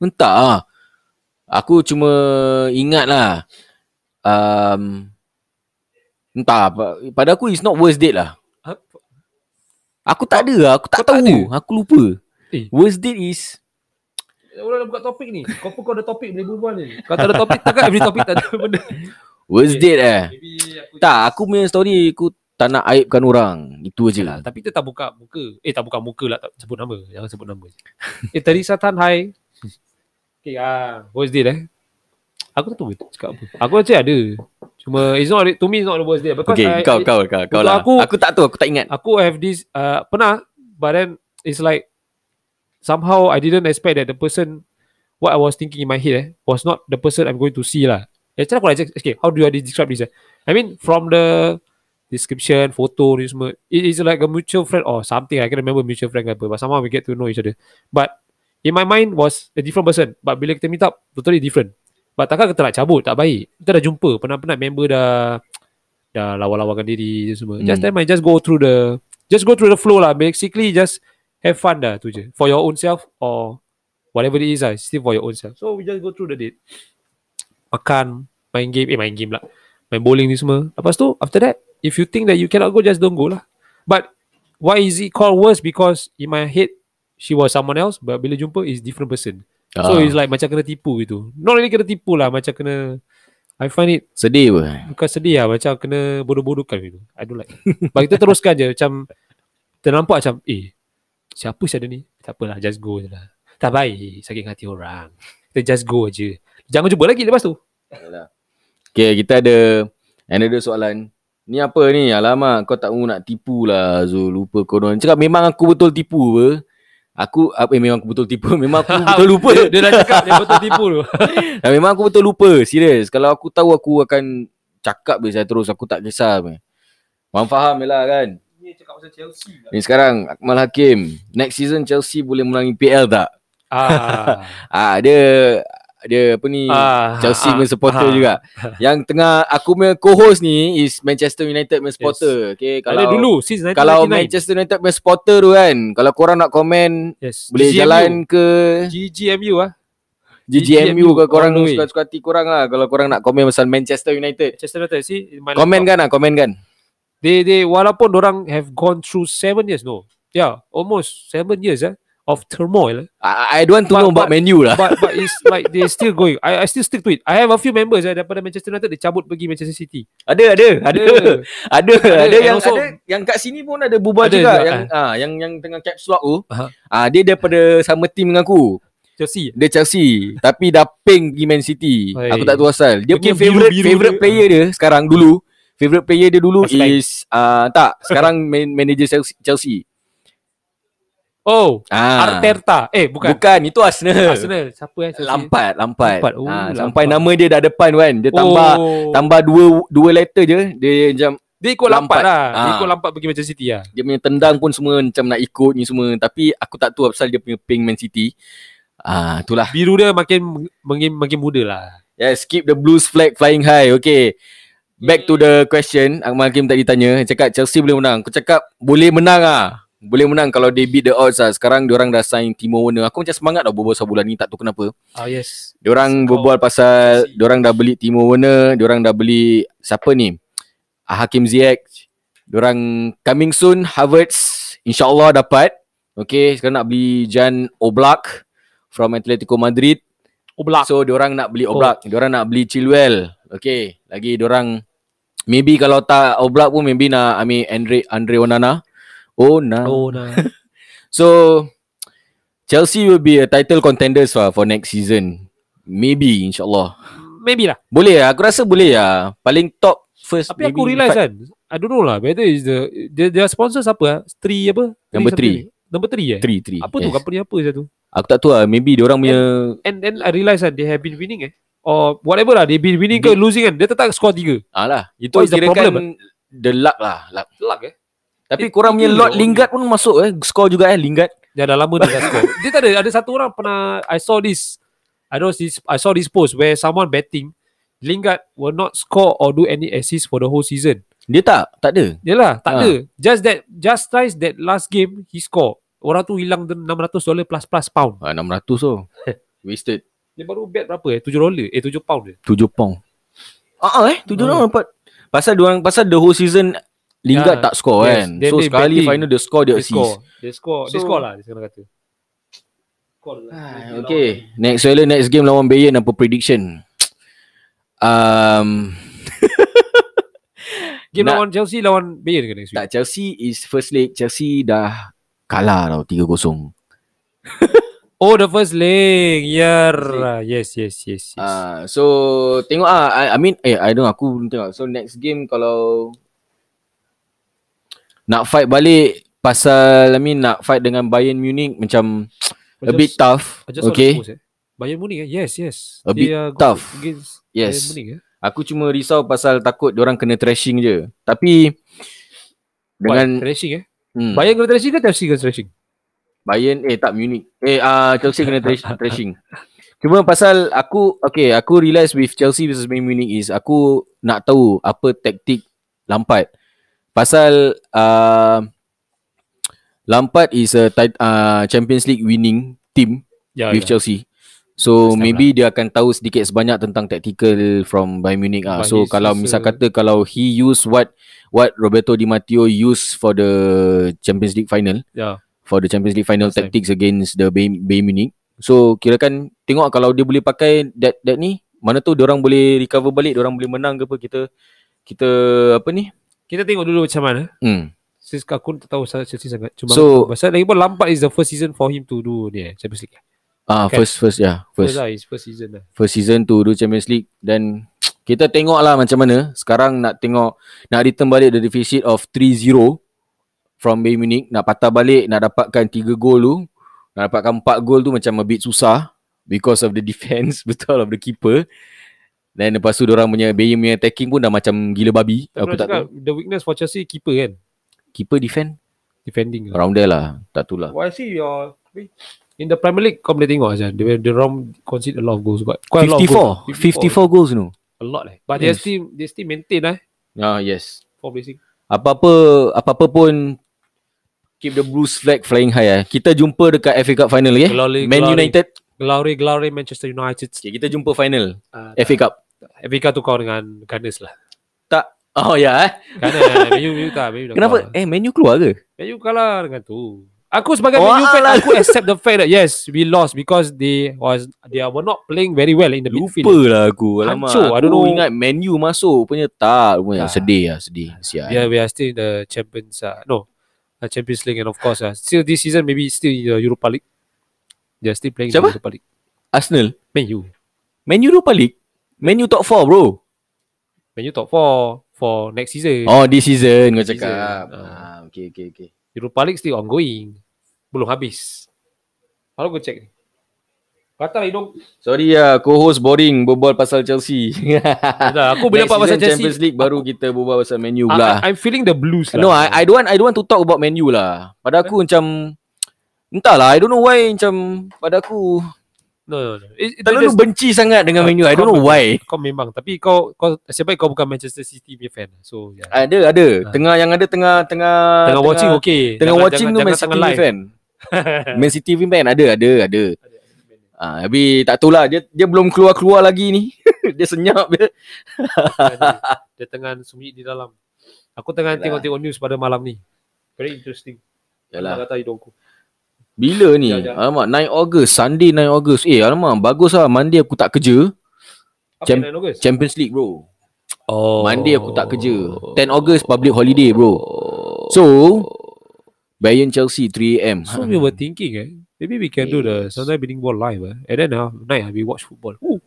Speaker 7: entah lah. Aku cuma ingat lah. Um, entah. pa- Pada aku it's not worst date lah.
Speaker 5: Apa?
Speaker 7: Aku tak ada lah. Aku tak
Speaker 5: Kau tak
Speaker 7: tahu.
Speaker 5: ada?
Speaker 7: Aku lupa.
Speaker 5: Eh.
Speaker 7: Worst date is...
Speaker 5: Orang dah buka topik ni. Kau pun kau ada topik boleh berbual ni. Kau tak ada topik takkan every topik tak ada benda.
Speaker 7: Worst
Speaker 5: Okay.
Speaker 7: date eh.
Speaker 5: Maybe aku
Speaker 7: Tak, aku punya story aku tak nak aibkan orang. Itu je lah.
Speaker 5: Tapi kita tak buka muka. Eh tak buka muka lah tak sebut nama. Jangan sebut nama. eh Teresa Tan hai. Okay ah, worst date eh. Aku tak tahu cakap apa. Aku macam ada. Cuma it's not to me it's not the worst date because
Speaker 7: Okay,
Speaker 5: I,
Speaker 7: kau, kau, kau, kau
Speaker 5: Untuk
Speaker 7: lah. Aku,
Speaker 5: aku- Ah.
Speaker 7: aku tak tahu, aku tak ingat.
Speaker 5: Aku have this uh, pernah but then it's like somehow I didn't expect that the person what I was thinking in my head eh was not the person I'm going to see lah. Eh, macam mana aku nak ex- okay, how do I describe this eh? I mean from the description, photo ni semua, it is like a mutual friend or something. I can remember mutual friend ke apa, but somehow we get to know each other. But in my mind was a different person. But bila kita meet up, totally different. But takkan kita nak cabut, tak baik. Kita dah jumpa, penat-penat member dah dah lawa-lawakan diri je semua. Mm. Just
Speaker 7: Hmm.
Speaker 5: time I just go through the just go through the flow lah. Basically just have fun dah tu je. For your own self or whatever it is lah. it's Still for your own self. So we just go through the date. Makan, main game, eh main game lah. Main bowling ni semua. Lepas tu after that, if you think that you cannot go, just don't go lah. But why is it called worse? Because in my head, she was someone else but bila jumpa is different person. Uh. So
Speaker 7: Ah.
Speaker 5: it's like macam kena tipu gitu. Not really kena tipu lah, macam kena I find it
Speaker 7: Sedih apa?
Speaker 5: bukan sedih lah, macam kena bodoh-bodohkan gitu. I don't like. But kita teruskan je macam ternampak macam eh siapa siapa ni? Tak apalah just go je lah. Tak baik sakit hati orang. Kita just go je. Jangan jumpa lagi lepas tu.
Speaker 7: Okay, kita ada another soalan. Ni apa ni? Alamak, kau tak mahu nak tipu lah Zul. Lupa konon. Cakap memang aku betul tipu apa? Aku, ah, eh, memang aku betul tipu. Memang aku betul lupa.
Speaker 5: Ah, Dia dah cakap dia betul tipu tu.
Speaker 7: Ah, memang aku betul lupa. Serius. Kalau aku tahu aku akan cakap je saya terus. Aku tak kisah. apa. Faham faham je lah kan.
Speaker 5: Dia cakap pasal Chelsea lah.
Speaker 7: Ni sekarang, Akmal Hakim. Next season Chelsea boleh menangi PL tak?
Speaker 5: Ah.
Speaker 7: Ah, dia dia apa ni
Speaker 5: Ah,
Speaker 7: Chelsea
Speaker 5: ah,
Speaker 7: punya supporter
Speaker 5: ah.
Speaker 7: juga. Yang tengah aku punya co-host ni is Manchester United punya supporter. Okay,
Speaker 5: Kalau
Speaker 7: kalau
Speaker 5: dulu since 1999.
Speaker 7: kalau Manchester United punya supporter tu kan, kalau korang nak komen
Speaker 5: yes.
Speaker 7: boleh
Speaker 5: GGMU.
Speaker 7: jalan ke
Speaker 5: GGMU ah.
Speaker 7: GGMU kalau korang
Speaker 5: all the way.
Speaker 7: suka-suka hati korang lah kalau korang nak komen pasal Manchester United.
Speaker 5: Manchester United see in my
Speaker 7: Komen
Speaker 5: laptop.
Speaker 7: kan lah, komen kan.
Speaker 5: They they walaupun orang have gone through seven years no. Yeah, almost seven years eh, of turmoil. Eh.
Speaker 7: I, I don't want to
Speaker 5: But-
Speaker 7: know about
Speaker 5: but-
Speaker 7: menu lah.
Speaker 5: but but it's like they still going. I I still stick to it. I have a few members eh, daripada Manchester United dia cabut pergi Manchester City.
Speaker 7: Ada ada ada ada ada,
Speaker 5: and
Speaker 7: yang
Speaker 5: also-
Speaker 7: ada yang kat sini pun ada bubar juga
Speaker 5: Ada juga, eh.
Speaker 7: yang ah yang yang tengah caps lock tu.
Speaker 5: Aha.
Speaker 7: Ah dia daripada sama team dengan aku.
Speaker 5: Chelsea.
Speaker 7: Dia Chelsea tapi dah ping pergi Man City.
Speaker 5: Oi.
Speaker 7: Aku tak tahu asal. Dia punya
Speaker 5: Pergi yang
Speaker 7: favorite
Speaker 5: biru-biru
Speaker 7: favorite
Speaker 5: dia.
Speaker 7: player dia sekarang dulu favorite player dia dulu
Speaker 5: Hashtag.
Speaker 7: is ah tak sekarang man, manager Chelsea- Chelsea.
Speaker 5: Oh,
Speaker 7: Ah
Speaker 5: Arteta. Eh
Speaker 7: bukan.
Speaker 5: bukan.
Speaker 7: bukan itu Arsenal.
Speaker 5: Arsenal. Siapa eh Chelsea?
Speaker 7: Lampard, Lampard.
Speaker 5: Lampard. Oh,
Speaker 7: ah, sampai
Speaker 5: Lampard.
Speaker 7: nama dia dah depan kan. Dia tambah
Speaker 5: oh.
Speaker 7: tambah dua dua letter je dia macam
Speaker 5: dia ikut
Speaker 7: Lampard.
Speaker 5: Lampard, lah. Dia
Speaker 7: Ah.
Speaker 5: ikut Lampard pergi Manchester City lah.
Speaker 7: dia punya tendang pun semua macam nak ikut ni semua tapi aku tak tahu pasal dia punya ping Man City. Ah itulah.
Speaker 5: Biru dia makin makin makin muda lah.
Speaker 7: Yeah, skip the blues flag flying high. Okay. Back to the question Akmal Hakim tadi tanya Dia Cakap Chelsea boleh menang Aku cakap Boleh menang ah, Boleh menang kalau they beat the odds lah Sekarang diorang dah sign Timo Werner Aku macam semangat tau Berbual bulan ni Tak tahu kenapa
Speaker 5: Oh yes.
Speaker 7: Diorang
Speaker 5: Oh,
Speaker 7: berbual pasal
Speaker 5: Chelsea.
Speaker 7: Diorang dah beli Timo Werner Diorang dah beli Siapa ni Ah, Hakim Ziyech Diorang Coming soon Havertz InsyaAllah dapat Okay Sekarang nak beli Jan Oblak From Atletico Madrid
Speaker 5: Oblak. So,
Speaker 7: So diorang nak beli Oblak oh. Diorang nak beli Chilwell Okay Lagi diorang Maybe kalau tak Oblak pun Maybe nak ambil Andre, Andre Onana Onana oh.
Speaker 5: oh nah.
Speaker 7: So Chelsea will be a title contenders lah For next season Maybe insyaAllah
Speaker 5: Maybe lah.
Speaker 7: Boleh lah Aku rasa boleh lah Paling top First
Speaker 5: Tapi aku
Speaker 7: maybe
Speaker 5: realise
Speaker 7: five-
Speaker 5: kan. I don't know lah. Whether is the dia dia sponsor siapa ah? Three apa?
Speaker 7: Number
Speaker 5: something. Number three eh?
Speaker 7: Three, three.
Speaker 5: Apa Eh, tu company apa satu?
Speaker 7: Aku tak tahu lah Maybe diorang punya
Speaker 5: And then I realise that they have been winning eh. Or whatever lah. They been winning ke losing kan. Dia tetap skor tiga.
Speaker 7: ah lah, Itu
Speaker 5: What is the
Speaker 7: kirakan
Speaker 5: problem,
Speaker 7: The luck lah luck.
Speaker 5: Luck eh.
Speaker 7: Tapi
Speaker 5: It-
Speaker 7: korang
Speaker 5: it
Speaker 7: punya
Speaker 5: will
Speaker 7: lot
Speaker 5: only-
Speaker 7: Lingard pun masuk eh Score juga eh Lingard
Speaker 5: Dia dah lama dia dah skor. Dia tak ada. Ada satu orang pernah. I saw this. I know this. I saw this post where someone betting. Lingard will not score or do any assist for the whole season.
Speaker 7: Dia tak Tak ada
Speaker 5: Yelah, tak
Speaker 7: Ah.
Speaker 5: ada. Just that, just nice that last game, he score. Orang tu hilang the 600 dollar plus plus pound.
Speaker 7: Ah, 600 tu. So. Wasted.
Speaker 5: Dia baru bet berapa eh? 7 dollar. Eh, 7 pound dia.
Speaker 7: 7 pound. Ah, ah eh, 7
Speaker 5: Ah.
Speaker 7: orang dapat. Pasal dia orang pasal the whole season Lingard
Speaker 5: Ya,
Speaker 7: tak score
Speaker 5: yes.
Speaker 7: yes, kan.
Speaker 5: Then
Speaker 7: So
Speaker 5: they
Speaker 7: sekali
Speaker 5: betting.
Speaker 7: final dia score dia assist.
Speaker 5: score. Dia score. dia
Speaker 7: So-
Speaker 5: score lah, dia sekarang kata. Score lah.
Speaker 7: Ah, okay, next Wella next game lawan Bayern apa prediction? Um,
Speaker 5: Game
Speaker 7: Nak-
Speaker 5: lawan Chelsea lawan Bayern ke next week?
Speaker 7: tak Chelsea is first leg Chelsea dah kalah tau 3-0.
Speaker 5: Oh, the first leg. Yeah. Yes, yes, yes, yes.
Speaker 7: Ah, so tengok ah I, I mean eh I don't know, aku belum tengok. So next game kalau nak fight balik pasal I mean nak fight dengan Bayern Munich macam a bit tough.
Speaker 5: I just saw the
Speaker 7: Okay.
Speaker 5: post, eh. Bayern Munich eh? Yes, yes.
Speaker 7: A
Speaker 5: They
Speaker 7: bit
Speaker 5: are good
Speaker 7: tough.
Speaker 5: Against
Speaker 7: Yes.
Speaker 5: Bayern Munich eh?
Speaker 7: Aku cuma risau pasal takut orang kena thrashing je. Tapi dengan
Speaker 5: What? Thrashing eh?
Speaker 7: hmm,
Speaker 5: Bayern kena thrashing ke Chelsea kena thrashing?
Speaker 7: Bayern eh tak Munich. Eh ah uh, Chelsea kena thrash, thrashing. Cuma pasal aku okay, aku realise with Chelsea versus Bayern Munich is aku nak tahu apa taktik Lampard. Pasal uh, Lampard is a tit- uh, Champions League winning team
Speaker 5: Yeah,
Speaker 7: with
Speaker 5: yeah.
Speaker 7: Chelsea. So
Speaker 5: Ya, First time lah.
Speaker 7: maybe dia akan tahu sedikit sebanyak tentang tactical from Bayern Munich ah.
Speaker 5: But
Speaker 7: So
Speaker 5: he's
Speaker 7: kalau
Speaker 5: also-
Speaker 7: misal kata kalau he use what what Roberto Di Matteo use for the Champions League final
Speaker 5: yeah.
Speaker 7: for the Champions League final
Speaker 5: Last time.
Speaker 7: tactics against the Bayern, Bayern Munich. So kirakan tengok kalau dia boleh pakai that that ni mana tu orang boleh recover balik, orang boleh menang ke apa kita kita apa ni?
Speaker 5: Kita tengok dulu macam mana.
Speaker 7: Hmm.
Speaker 5: Since aku tak tahu sangat Chelsea sangat. Cuma
Speaker 7: So-
Speaker 5: aku, pasal lagi pun Lampard is the first season for him to do ni eh, Champions League.
Speaker 7: Ah
Speaker 5: Okay.
Speaker 7: first first yeah, first
Speaker 5: First, lah, his first season lah.
Speaker 7: first season to do Champions League dan kita tengok lah macam mana sekarang nak tengok nak return balik the deficit of 3-0 from Bayern Munich nak patah balik nak dapatkan 3 gol tu nak dapatkan 4 gol tu macam a bit susah because of the defense betul of the keeper dan lepas tu orang punya Bayern punya attacking pun dah macam gila babi
Speaker 5: Tapi
Speaker 7: aku
Speaker 5: orang
Speaker 7: tak
Speaker 5: cakap,
Speaker 7: tahu
Speaker 5: The weakness for Chelsea keeper kan.
Speaker 7: keeper defend
Speaker 5: Defending lah.
Speaker 7: around there lah tak tahu lah
Speaker 5: Well, Oh, I see your In the Premier League kau boleh tengok saja. Dia dia orang concede a lot of goals but quite a lot of goals.
Speaker 7: 54 54 goals no
Speaker 5: a lot eh. But
Speaker 7: Yes.
Speaker 5: yes. they still they still maintain lah eh,
Speaker 7: ah yes
Speaker 5: for placing.
Speaker 7: apa-apa apa-apa pun keep the blues flag flying high eh. Kita jumpa dekat FA Cup final lagi. eh.
Speaker 5: Glory,
Speaker 7: Man
Speaker 5: glory.
Speaker 7: United
Speaker 5: Glory-glory Manchester United.
Speaker 7: Okay, kita jumpa final
Speaker 5: Uh,
Speaker 7: FA Cup.
Speaker 5: FA Cup tu kau dengan Gunners lah.
Speaker 7: Tak. Oh ya eh.
Speaker 5: Gunners, Man U, Man U tak. Man U dah
Speaker 7: Kenapa?
Speaker 5: kalah.
Speaker 7: Eh menu keluar ke?
Speaker 5: Man U kalah dengan tu. Aku sebagai
Speaker 7: Oh,
Speaker 5: Man U fan,
Speaker 7: alah.
Speaker 5: aku accept the fact that yes, we lost because they was they were not playing very well in the
Speaker 7: Lupa
Speaker 5: midfield.
Speaker 7: lah aku. Alamak.
Speaker 5: Hancur, I don't
Speaker 7: aku
Speaker 5: know.
Speaker 7: ingat menu masuk punya tak. Punya.
Speaker 5: Tak.
Speaker 7: Sedih lah, sedih. Sial.
Speaker 5: Yeah, we are still in the Champions uh, no, uh, Champions League and of course uh, still this season maybe still in the Europa League. They are still playing in
Speaker 7: Siapa?
Speaker 5: the Europa League.
Speaker 7: Arsenal.
Speaker 5: Man U.
Speaker 7: Menu Europa League. Menu top 4 bro.
Speaker 5: Man U top 4 for next season.
Speaker 7: Oh this season kau
Speaker 5: This
Speaker 7: cakap.
Speaker 5: season.
Speaker 7: Ah, okay, okay, okay.
Speaker 5: Europa League still ongoing. Belum habis. Kalau kau check ni. Kata hidung.
Speaker 7: Sorry lah, co-host boring berbual pasal Chelsea.
Speaker 5: Dah, aku boleh
Speaker 7: Next
Speaker 5: dapat pasal
Speaker 7: season
Speaker 5: Chelsea.
Speaker 7: Ah, Champions League baru kita berbual pasal menu
Speaker 5: I,
Speaker 7: pula.
Speaker 5: I- I'm feeling the blues lah. Eh?
Speaker 7: No, I, I don't want I don't want to talk about menu lah. Pada aku macam entahlah, I don't know why macam pada aku
Speaker 5: no, no, no. It, it,
Speaker 7: terlalu benci sangat dengan menu. I don't know why.
Speaker 5: Kau memang tapi kau kau sebab kau bukan Manchester City punya fan. So yeah.
Speaker 7: Ada ada. Tengah yang ada tengah Ah, tengah
Speaker 5: Ah. tengah, watching okay.
Speaker 7: Tengah watching tu Man City punya fan. Man City punya fan ada ada ada. Ah, tapi tak tahulah dia dia belum keluar-keluar lagi ni. dia senyap dia.
Speaker 5: Dia tengah sembunyi di dalam. Aku tengah
Speaker 7: Yalah.
Speaker 5: tengok-tengok news pada malam ni. Very interesting.
Speaker 7: Yalah.
Speaker 5: Kata hidungku.
Speaker 7: Bila ni?
Speaker 5: Sekejap, sekejap.
Speaker 7: Alamak 9 Ogos, Sunday 9 Ogos. Eh alamak bagus lah Monday aku tak kerja.
Speaker 5: Apa
Speaker 7: Champ-
Speaker 5: yang 9 Ogos?
Speaker 7: Champions League bro.
Speaker 5: Oh.
Speaker 7: Monday aku tak kerja. 10 Ogos public holiday bro. So Bayern Chelsea 3 am.
Speaker 5: So we were thinking eh, maybe we can do the Sunday bidding ball live eh. And then uh, night uh, we watch football. Ooh,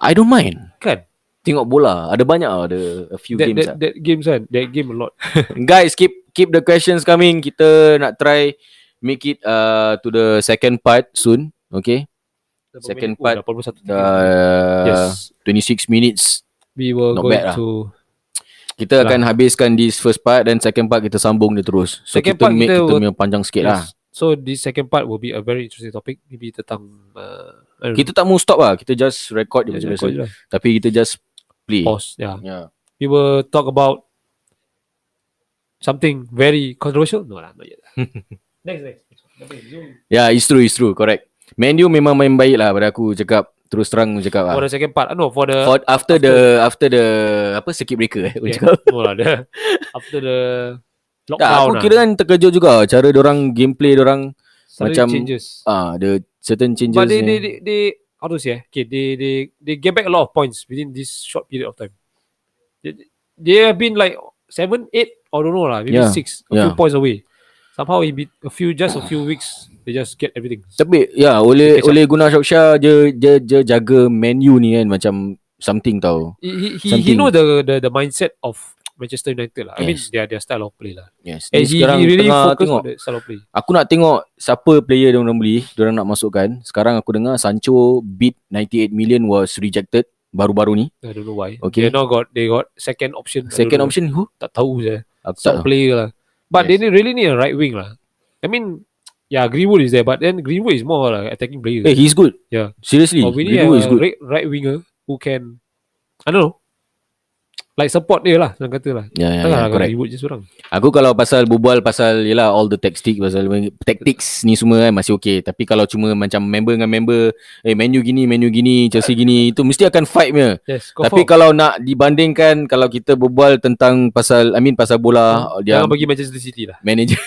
Speaker 7: I don't mind.
Speaker 5: kan?
Speaker 7: Tengok bola. Ada banyak lah, ada a few
Speaker 5: That,
Speaker 7: games ah. lah.
Speaker 5: that, that games kan? That game a lot.
Speaker 7: guys keep keep the questions coming kita nak try make it uh, to the second part soon okay Second part,
Speaker 5: Ooh, 81
Speaker 7: uh,
Speaker 5: Yes.
Speaker 7: 26 minutes
Speaker 5: We were
Speaker 7: not
Speaker 5: going
Speaker 7: bad lah.
Speaker 5: to
Speaker 7: kita akan habiskan this first part dan second part kita sambung dia terus so
Speaker 5: Second
Speaker 7: second
Speaker 5: part
Speaker 7: kita make
Speaker 5: kita
Speaker 7: kita
Speaker 5: will-
Speaker 7: punya panjang sikit lah
Speaker 5: Yes. So the second part will be a very interesting topic maybe tentang uh, I don't
Speaker 7: kita tak mau stop lah kita just record
Speaker 5: know,
Speaker 7: dia
Speaker 5: just
Speaker 7: macam
Speaker 5: record je
Speaker 7: biasa
Speaker 5: lah.
Speaker 7: tapi kita just play Ya.
Speaker 5: pause yeah.
Speaker 7: yeah.
Speaker 5: We will talk about something very controversial. No lah, not yet. lah. next, next.
Speaker 7: yeah Ya, it's true it's true correct Menu memang main baik lah pada aku cakap terus terang aku cakap lah
Speaker 5: For the second part, uh, no, for the
Speaker 7: For, after, the after the apa circuit breaker eh aku
Speaker 5: Yeah,
Speaker 7: cakap
Speaker 5: no lah, the, after the lockdown.
Speaker 7: Tak, aku
Speaker 5: lah.
Speaker 7: kira kan terkejut juga cara orang gameplay orang
Speaker 5: Sudden
Speaker 7: macam-
Speaker 5: changes.
Speaker 7: ah the certain changes.
Speaker 5: But they,
Speaker 7: ni.
Speaker 5: they, they, they, how to say? eh? Okay, they, they, they get back a lot of points within this short period of time. They, they have been like seven, eight, or don't know lah, maybe
Speaker 7: Yeah,
Speaker 5: six, a
Speaker 7: yeah.
Speaker 5: few points away. Somehow, it be a few, just a few weeks, they just get everything.
Speaker 7: Tapi ya oleh
Speaker 5: They catch up.
Speaker 7: oleh Gunnar Solskjaer dia dia dia jaga menu ni kan macam something tau.
Speaker 5: he, he, he
Speaker 7: Something.
Speaker 5: know the, the the mindset of Manchester United lah. I mean
Speaker 7: Yes.
Speaker 5: their their style of play lah.
Speaker 7: Yes.
Speaker 5: And
Speaker 7: Ni
Speaker 5: he, he really
Speaker 7: tengah
Speaker 5: focus
Speaker 7: tengok.
Speaker 5: on the style of play.
Speaker 7: Aku nak tengok siapa player dia orang beli, dia orang nak masukkan. Sekarang aku dengar Sancho bid 98 million was rejected baru-baru ni.
Speaker 5: I don't know why.
Speaker 7: Okay.
Speaker 5: They now got they got second option. I don't
Speaker 7: Second
Speaker 5: know.
Speaker 7: option who?
Speaker 5: tak tahu je.
Speaker 7: Aku tak
Speaker 5: Style
Speaker 7: tahu.
Speaker 5: player lah.
Speaker 7: Ah.
Speaker 5: But
Speaker 7: Yes.
Speaker 5: they really need a right wing lah. I mean yeah Greenwood is there but then Greenwood is more like attacking player.
Speaker 7: Eh, he's good.
Speaker 5: Ya. Yeah.
Speaker 7: Seriously,
Speaker 5: Or we need a
Speaker 7: Greenwood is good.
Speaker 5: right, right winger who can I don't know like support dia lah senang kata lah.
Speaker 7: Ya, ya, ya,
Speaker 5: Takkan lah kalau
Speaker 7: correct.
Speaker 5: Greenwood je seorang.
Speaker 7: Aku kalau pasal berbual pasal yelah all the tactics pasal tactics ni semua kan masih okey. Tapi kalau cuma macam member dengan member, eh menu gini, menu gini, Chelsea gini, itu mesti akan fight punya.
Speaker 5: Yes,
Speaker 7: Tapi kalau nak dibandingkan kalau kita berbual tentang pasal I mean pasal bola dia
Speaker 5: jangan bagi Manchester City lah.
Speaker 7: manager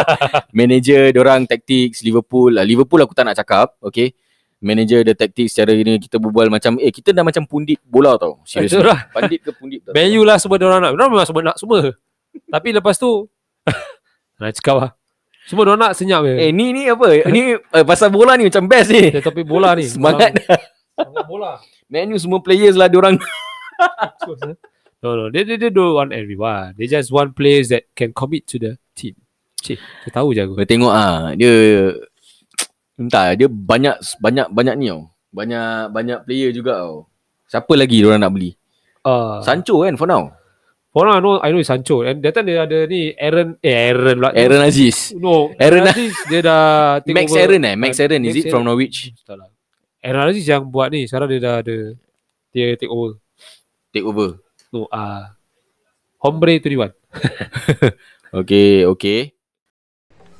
Speaker 7: manager orang tactics Liverpool Ah, Liverpool aku tak nak cakap okay manager the tactics secara ini kita berbual macam eh kita dah macam pundit bola tau seriously
Speaker 5: Betul lah.
Speaker 7: pandit ke pundit tak
Speaker 5: Menu lah semua orang nak. Diorang memang semua nak semua. Tapi lepas tu nak cakap lah. Semua diorang nak senyap je.
Speaker 7: eh ni ni apa ni eh, pasal bola ni macam best ni
Speaker 5: Dia topik bola ni.
Speaker 7: Semangat.
Speaker 5: Orang- Semangat bola.
Speaker 7: Menu semua players lah diorang
Speaker 5: Terus, eh. No no, they, they, they don't want everyone. They just want players that can commit to the team. Cik, dia tahu je aku.
Speaker 7: Kau tengok ah dia entah dia banyak banyak banyak ni tau. Banyak banyak player juga tau. Siapa lagi orang nak beli?
Speaker 5: Uh,
Speaker 7: Sancho kan for now.
Speaker 5: for now I know I know is Sancho. And that time dia ada ni Aaron eh Aaron pula.
Speaker 7: Aaron Aziz.
Speaker 5: No,
Speaker 7: Aaron-
Speaker 5: Aziz dia dah take
Speaker 7: Max
Speaker 5: over.
Speaker 7: Aaron eh, Max
Speaker 5: Ah,
Speaker 7: Aaron is it from Norwich?
Speaker 5: Tak lah. Aaron Aziz yang buat ni, sekarang dia dah ada dia take over.
Speaker 7: Take over.
Speaker 5: No, ah uh, Hombre 21.
Speaker 7: Okay, okay.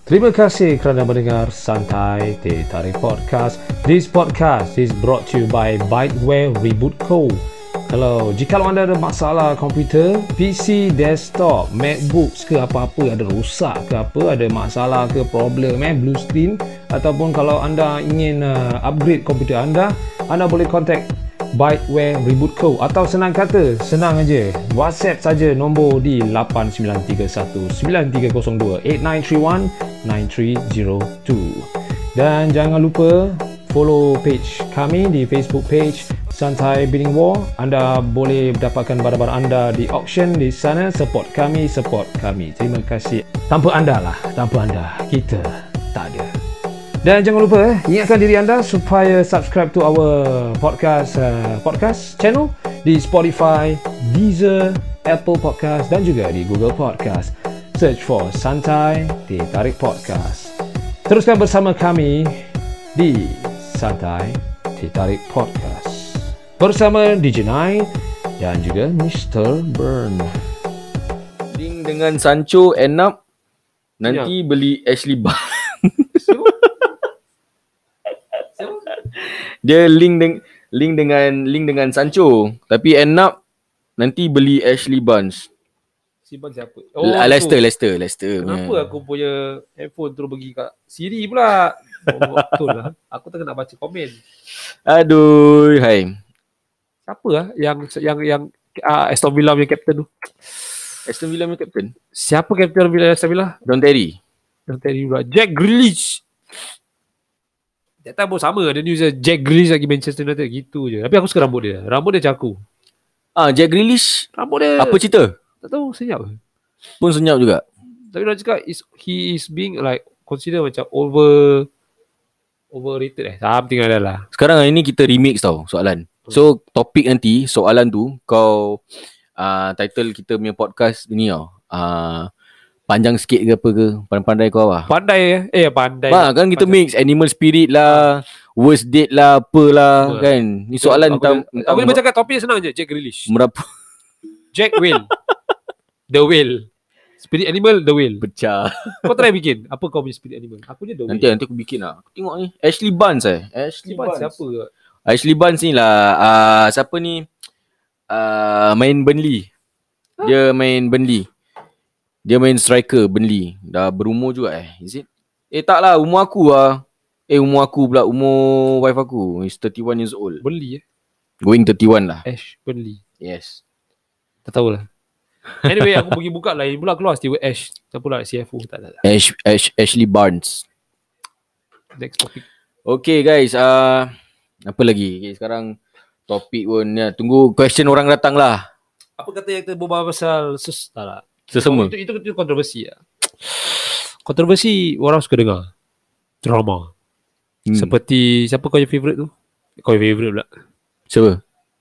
Speaker 5: Terima kasih kerana mendengar Santai Teh Tarik Podcast. This podcast is brought to you by Byteware Reboot Co. Kalau jika anda ada masalah komputer, PC, desktop, MacBook ke apa-apa ada rosak ke apa, ada masalah ke problem eh blue screen ataupun kalau anda ingin uh, upgrade komputer anda, anda boleh contact Byteware Reboot Co atau senang kata senang aja WhatsApp saja nombor di 8931-9302-8931-9302 dan jangan lupa follow page kami di Facebook page Santai Bidding War anda boleh dapatkan barang-barang anda di auction di sana support kami support kami terima kasih tanpa anda lah tanpa anda kita tak ada dan jangan lupa eh, ingatkan diri anda supaya subscribe to our podcast uh, podcast channel di Spotify, Deezer, Apple Podcast dan juga di Google Podcast. Search for Santai di Tarik Podcast. Teruskan bersama kami di Santai di Tarik Podcast. Bersama DJ Nai dan juga Mr. Burn.
Speaker 7: Link dengan Sancho end up nanti beli Ashley Bar. Dia link deng- link dengan link dengan Sancho tapi end up nanti beli Ashley Barnes.
Speaker 5: Simpan siapa?
Speaker 7: Oh, Leicester, Leicester, Leicester.
Speaker 5: Kenapa
Speaker 7: punya.
Speaker 5: aku punya handphone terus pergi kat Siri pula? Oh, betul lah. Aku tengah nak baca komen.
Speaker 7: Aduh, hai.
Speaker 5: Siapa lah yang yang yang uh, Aston Villa punya captain tu?
Speaker 7: Aston Villa punya captain.
Speaker 5: Siapa captain Villa Aston Villa?
Speaker 7: Don Terry.
Speaker 5: Yang tadi pula lah. Jack Grealish. That time pun sama Dia news dia, Jack Grealish lagi Manchester United Gitu je Tapi aku suka rambut dia Rambut dia caku
Speaker 7: Ah, Jack Grealish.
Speaker 5: Rambut dia
Speaker 7: Apa cerita?
Speaker 5: Tak tahu senyap ke?
Speaker 7: Pun senyap juga.
Speaker 5: Tapi orang cakap is, He is being like Consider macam over Overrated eh Something like that lah
Speaker 7: Sekarang hari ni kita remix tau soalan.
Speaker 5: Hmm.
Speaker 7: So topik nanti soalan tu kau uh, title kita punya podcast ni tau. Uh, panjang sikit ke apa ke pandai-pandai kau lah.
Speaker 5: Pandai eh Eh pandai
Speaker 7: Ba, kan kita mix animal spirit lah, worst date lah, apalah
Speaker 5: Betul.
Speaker 7: kan. Ni soalan
Speaker 5: aku,
Speaker 7: tentang
Speaker 5: aku, aku boleh bercakap topik senang je Jack Grealish
Speaker 7: merapa
Speaker 5: Jack Will The Will Spirit animal The Will
Speaker 7: pecah.
Speaker 5: Kau try bikin Apa kau punya spirit animal Aku je The Will
Speaker 7: Nanti nanti aku bikin lah. Aku tengok ni. Ashley Barnes eh. Ashley
Speaker 5: Siapa
Speaker 7: Barnes.
Speaker 5: siapa ke?
Speaker 7: Ashley Barnes ni lah uh, siapa ni uh, main Burnley. Dia main Burnley. Dia main striker Burnley. Dah berumur juga eh. Is it? Eh tak lah umur aku lah. Eh umur aku pula umur wife aku is 31 years old.
Speaker 5: Burnley eh
Speaker 7: Going 31 lah.
Speaker 5: Ash Burnley
Speaker 7: Yes.
Speaker 5: Tak tahulah Anyway aku pergi buka lain pula keluar Stewart Ash lah? Tak pula CFO Tak tak tak
Speaker 7: Ash, Ash, Ashley Barnes.
Speaker 5: Next topic
Speaker 7: Okay guys, uh, apa lagi? Okay, sekarang topik pun ya, tunggu question orang datang lah.
Speaker 5: Apa kata yang kita berbual pasal sus, Tak lah
Speaker 7: Sesama.
Speaker 5: itu, itu, itu kontroversi lah Kontroversi Orang suka dengar Drama
Speaker 7: Hmm.
Speaker 5: Seperti Siapa kau yang favourite tu Kau yang favourite pula
Speaker 7: Siapa?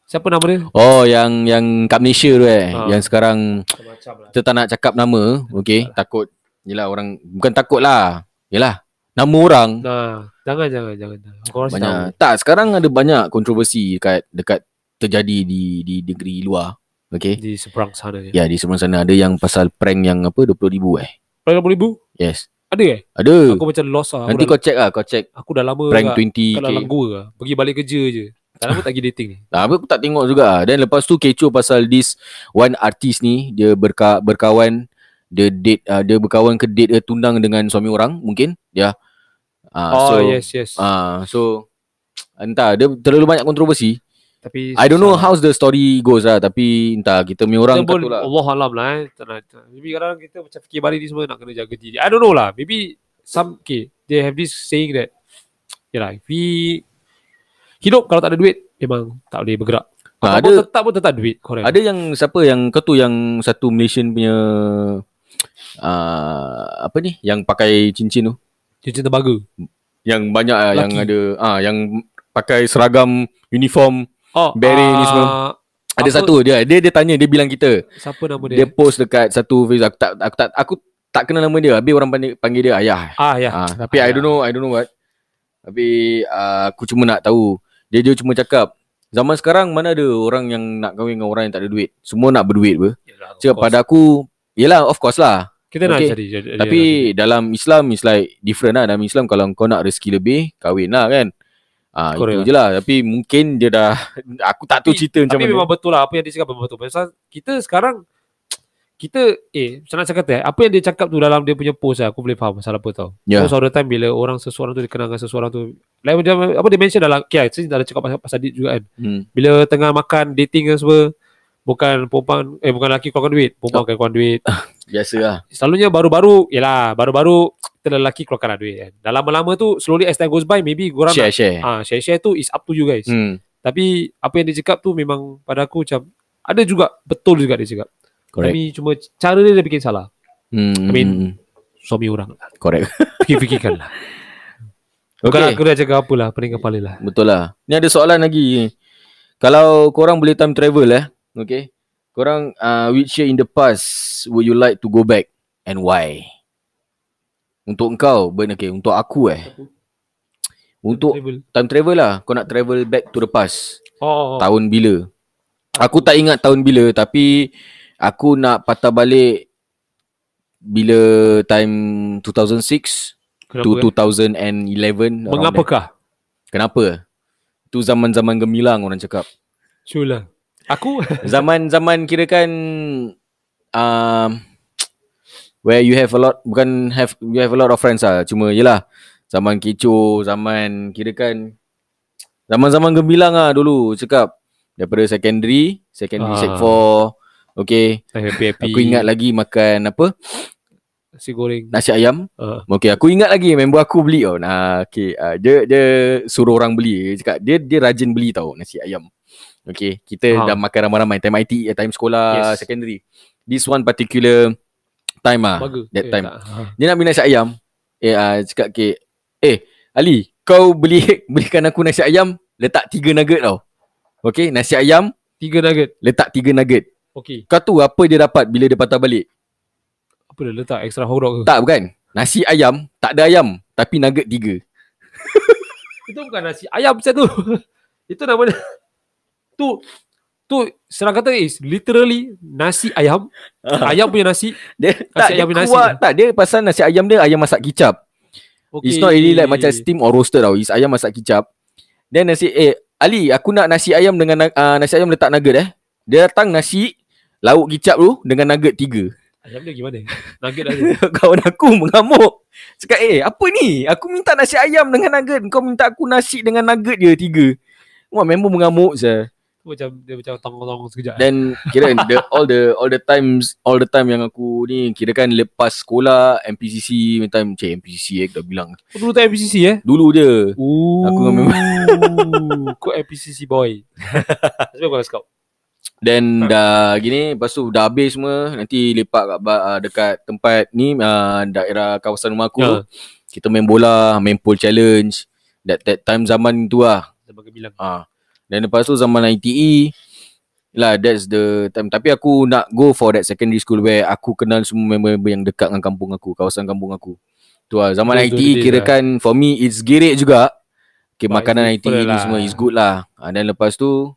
Speaker 5: Siapa nama dia
Speaker 7: Oh yang yang kat Malaysia tu eh.
Speaker 5: Ah.
Speaker 7: Yang sekarang
Speaker 5: Macam lah
Speaker 7: kita tak nak cakap nama, okey, takut yelah orang bukan takut lah. Yelah, nama orang
Speaker 5: Nah, jangan jangan jangan. jangan. Kau orang
Speaker 7: banyak.
Speaker 5: tahu.
Speaker 7: Tak, sekarang ada banyak kontroversi dekat dekat terjadi di di negeri luar. Okey.
Speaker 5: di seberang sana ya.
Speaker 7: Eh. Ya, di seberang sana ada yang pasal prank yang apa 20000 eh.
Speaker 5: Prank lapan ribu?
Speaker 7: Yes.
Speaker 5: Ada eh?
Speaker 7: Ada.
Speaker 5: Aku macam lost lah. Aku
Speaker 7: Nanti
Speaker 5: dah,
Speaker 7: kau check ah, kau check
Speaker 5: aku dah lama
Speaker 7: prank
Speaker 5: kat,
Speaker 7: 20k.
Speaker 5: kat dalam gua lah. Pergi balik kerja je. Tak lama tak pergi dating ni.
Speaker 7: Ah, apa aku tak tengok juga. ah. Then lepas tu kecoh pasal this one artist ni dia berka, berkawan dia date uh, dia berkawan ke date dia tunang dengan suami orang mungkin ya. Ah
Speaker 5: oh,
Speaker 7: so
Speaker 5: yes, yes.
Speaker 7: ah so entah dia terlalu banyak kontroversi.
Speaker 5: Tapi
Speaker 7: I don't know how's the story goes lah tapi entah kita punya orang
Speaker 5: orang pun
Speaker 7: katulah.
Speaker 5: Allah alam lah eh. Tak nak, tak. Maybe kadang kita macam fikir balik ni semua nak kena jaga diri. I don't know lah. Maybe some okay, they have this saying that yalah, we hidup kalau tak ada duit memang tak boleh bergerak.
Speaker 7: Ah, ada
Speaker 5: Kau tetap pun tetap duit. Correct.
Speaker 7: ada yang siapa yang kau tu yang satu Malaysian punya uh, apa ni yang pakai cincin tu
Speaker 5: Cincin tembaga.
Speaker 7: yang banyak ah, yang
Speaker 5: Laki.
Speaker 7: ada ah yang pakai seragam uniform
Speaker 5: Oh,
Speaker 7: Barry ni semua.
Speaker 5: ah,
Speaker 7: Ada
Speaker 5: apa-
Speaker 7: satu dia, dia dia tanya, dia bilang kita.
Speaker 5: Siapa nama
Speaker 7: Dia,
Speaker 5: dia?
Speaker 7: post dekat satu Facebook aku tak aku tak aku tak kenal nama dia. Habis orang panggil, panggil dia ayah.
Speaker 5: Ah, ya.
Speaker 7: Ah, tapi I don't know, I don't know what. Tapi uh, aku cuma nak tahu. Dia dia cuma cakap Zaman sekarang mana ada orang yang nak kahwin dengan orang yang tak ada duit. Semua nak berduit ber.
Speaker 5: Yelah, Ya lah, of
Speaker 7: Cakap
Speaker 5: course.
Speaker 7: pada aku, yelah of course lah.
Speaker 5: Kita nak
Speaker 7: Okay.
Speaker 5: cari jadi- jadi-
Speaker 7: Tapi dalam Islam is like different lah. Dalam Islam kalau kau nak rezeki lebih, kahwin lah kan. Ah
Speaker 5: Correct.
Speaker 7: itu je lah. Tapi mungkin dia dah aku tak tahu
Speaker 5: Tapi-
Speaker 7: cerita macam
Speaker 5: Tapi
Speaker 7: mana.
Speaker 5: memang betul lah apa yang dia cakap memang betul. Pasal kita sekarang kita eh macam nak cakap eh apa yang dia cakap tu dalam dia punya post lah, aku boleh faham pasal apa tau.
Speaker 7: Ya.
Speaker 5: Most of the time bila orang seseorang tu dikenal dengan seseorang tu like macam apa dia mention dalam okay, sini dah ada cakap pasal, pasal dia juga kan.
Speaker 7: Hmm.
Speaker 5: Bila tengah makan dating ke semua bukan perempuan eh bukan lelaki keluarkan duit, perempuan akan keluarkan duit.
Speaker 7: Biasa lah.
Speaker 5: Selalunya baru-baru Yelah Baru-baru Kita lelaki keluarkan lah duit kan Dah lama-lama tu Slowly as time goes by Maybe korang
Speaker 7: Share share.
Speaker 5: nak, ha, Share-share tu Is up to you guys
Speaker 7: Hmm.
Speaker 5: hmm. Tapi Apa yang dia cakap tu Memang pada aku macam Ada juga Betul juga dia cakap Correct.
Speaker 7: Correct.
Speaker 5: Tapi cuma Cara dia dia bikin salah
Speaker 7: Hmm.
Speaker 5: I mean-
Speaker 7: hmm,
Speaker 5: Suami orang lah
Speaker 7: correct.
Speaker 5: Fikir-fikirkan lah Bukan
Speaker 7: Okay.
Speaker 5: aku dah cakap apalah Pening kepala lah
Speaker 7: Betul lah. Ni ada soalan lagi. Kalau korang boleh time travel eh, okay? Korang uh, which year in the past would you like to go back and why? Untuk engkau, Ben, okay. Untuk aku eh. Untuk
Speaker 5: Travel.
Speaker 7: time travel lah. Kau nak travel back to the past.
Speaker 5: Oh, oh, oh.
Speaker 7: Tahun bila? Aku tak ingat tahun bila tapi aku nak patah balik bila time 2006
Speaker 5: Kenapa,
Speaker 7: to
Speaker 5: eh?
Speaker 7: 2011. around there.
Speaker 5: Mengapakah
Speaker 7: Kenapa? Tu zaman-zaman gemilang orang cakap.
Speaker 5: Cula lah. Aku
Speaker 7: Zaman-zaman kirakan um, where you have a lot bukan have you have a lot of friends lah. Cuma yelah zaman kecoh, zaman kirakan zaman-zaman gemilang ah dulu cakap daripada secondary, secondary
Speaker 5: Ah.
Speaker 7: ah. sec 4. Okay,
Speaker 5: Happy-happy
Speaker 7: aku ingat lagi makan apa?
Speaker 5: lah. Nasi goreng
Speaker 7: Nasi ayam.
Speaker 5: uh,
Speaker 7: Okay, aku ingat lagi member aku beli tau. Nah, okay, uh, dia dia suruh orang beli. Dia cakap dia dia rajin beli tau nasi ayam. Okay, kita
Speaker 5: Ha.
Speaker 7: ha. dah makan ramai-ramai time IT, eh, time sekolah,
Speaker 5: Yes.
Speaker 7: yes. secondary. This one particular time ah,
Speaker 5: Bagus
Speaker 7: that
Speaker 5: Eh,
Speaker 7: time.
Speaker 5: tak. Ha.
Speaker 7: Dia nak beli nasi ayam. Eh, uh, cakap okay, eh Ali, kau beli belikan aku nasi ayam, letak tiga nugget tau. Okay, nasi ayam,
Speaker 5: Tiga nugget
Speaker 7: letak tiga nugget.
Speaker 5: Okay
Speaker 7: Kau tu apa dia dapat bila dia patah balik?
Speaker 5: Apa dia letak extra hot dog ke?
Speaker 7: Tak bukan? Nasi ayam, tak ada ayam, tapi nugget tiga.
Speaker 5: Itu bukan nasi ayam saya tu. Itu namanya tu tu senang kata is literally nasi ayam. ayam punya nasi.
Speaker 7: Dia tak
Speaker 5: Nasi
Speaker 7: dia
Speaker 5: ayam dengan nasi
Speaker 7: kuah,
Speaker 5: dia.
Speaker 7: tak dia pasal nasi ayam dia ayam masak kicap. Okay. It's not really like macam steam or roasted tau. It's ayam masak kicap. Then nasi eh Ali aku nak nasi ayam dengan uh, nasi ayam letak nugget eh. Dia datang nasi lauk kicap tu dengan nugget tiga.
Speaker 5: Ayam dia gimana? Nugget ada.
Speaker 7: Kawan aku mengamuk. Cakap eh apa ni? Aku minta nasi ayam dengan nugget. Kau minta aku nasi dengan nugget je tiga. Wah member mengamuk saya.
Speaker 5: Tu macam dia macam tongong-tongong sekejap. eh.
Speaker 7: Then kira the all the all the times all the time yang aku ni kira kan lepas sekolah MPCC punya time cik MPCC eh aku dah bilang
Speaker 5: Kau dulu tak MPCC eh?
Speaker 7: dulu je
Speaker 5: Ooh.
Speaker 7: Aku
Speaker 5: Kau MPCC boy. Sebab kau scout.
Speaker 7: then dah gini lepas tu dah habis semua nanti lepak kat ba- ah, dekat tempat ni ah, daerah kawasan rumah aku
Speaker 5: Ya.
Speaker 7: kita main bola main pool challenge that that time zaman tu lah
Speaker 5: Sebab kau bilang.
Speaker 7: Ah. Dan lepas tu zaman ITE lah that's the time tapi aku nak go for that secondary school where aku kenal semua member-member yang dekat dengan kampung aku, kawasan kampung aku. Tu lah zaman
Speaker 5: Those- those
Speaker 7: ITE
Speaker 5: days lah.
Speaker 7: kirakan for me it's gerek juga. Okay,
Speaker 5: But
Speaker 7: makanan
Speaker 5: it's different
Speaker 7: ITE ni
Speaker 5: lah.
Speaker 7: semua is good lah. Ah, dan lepas tu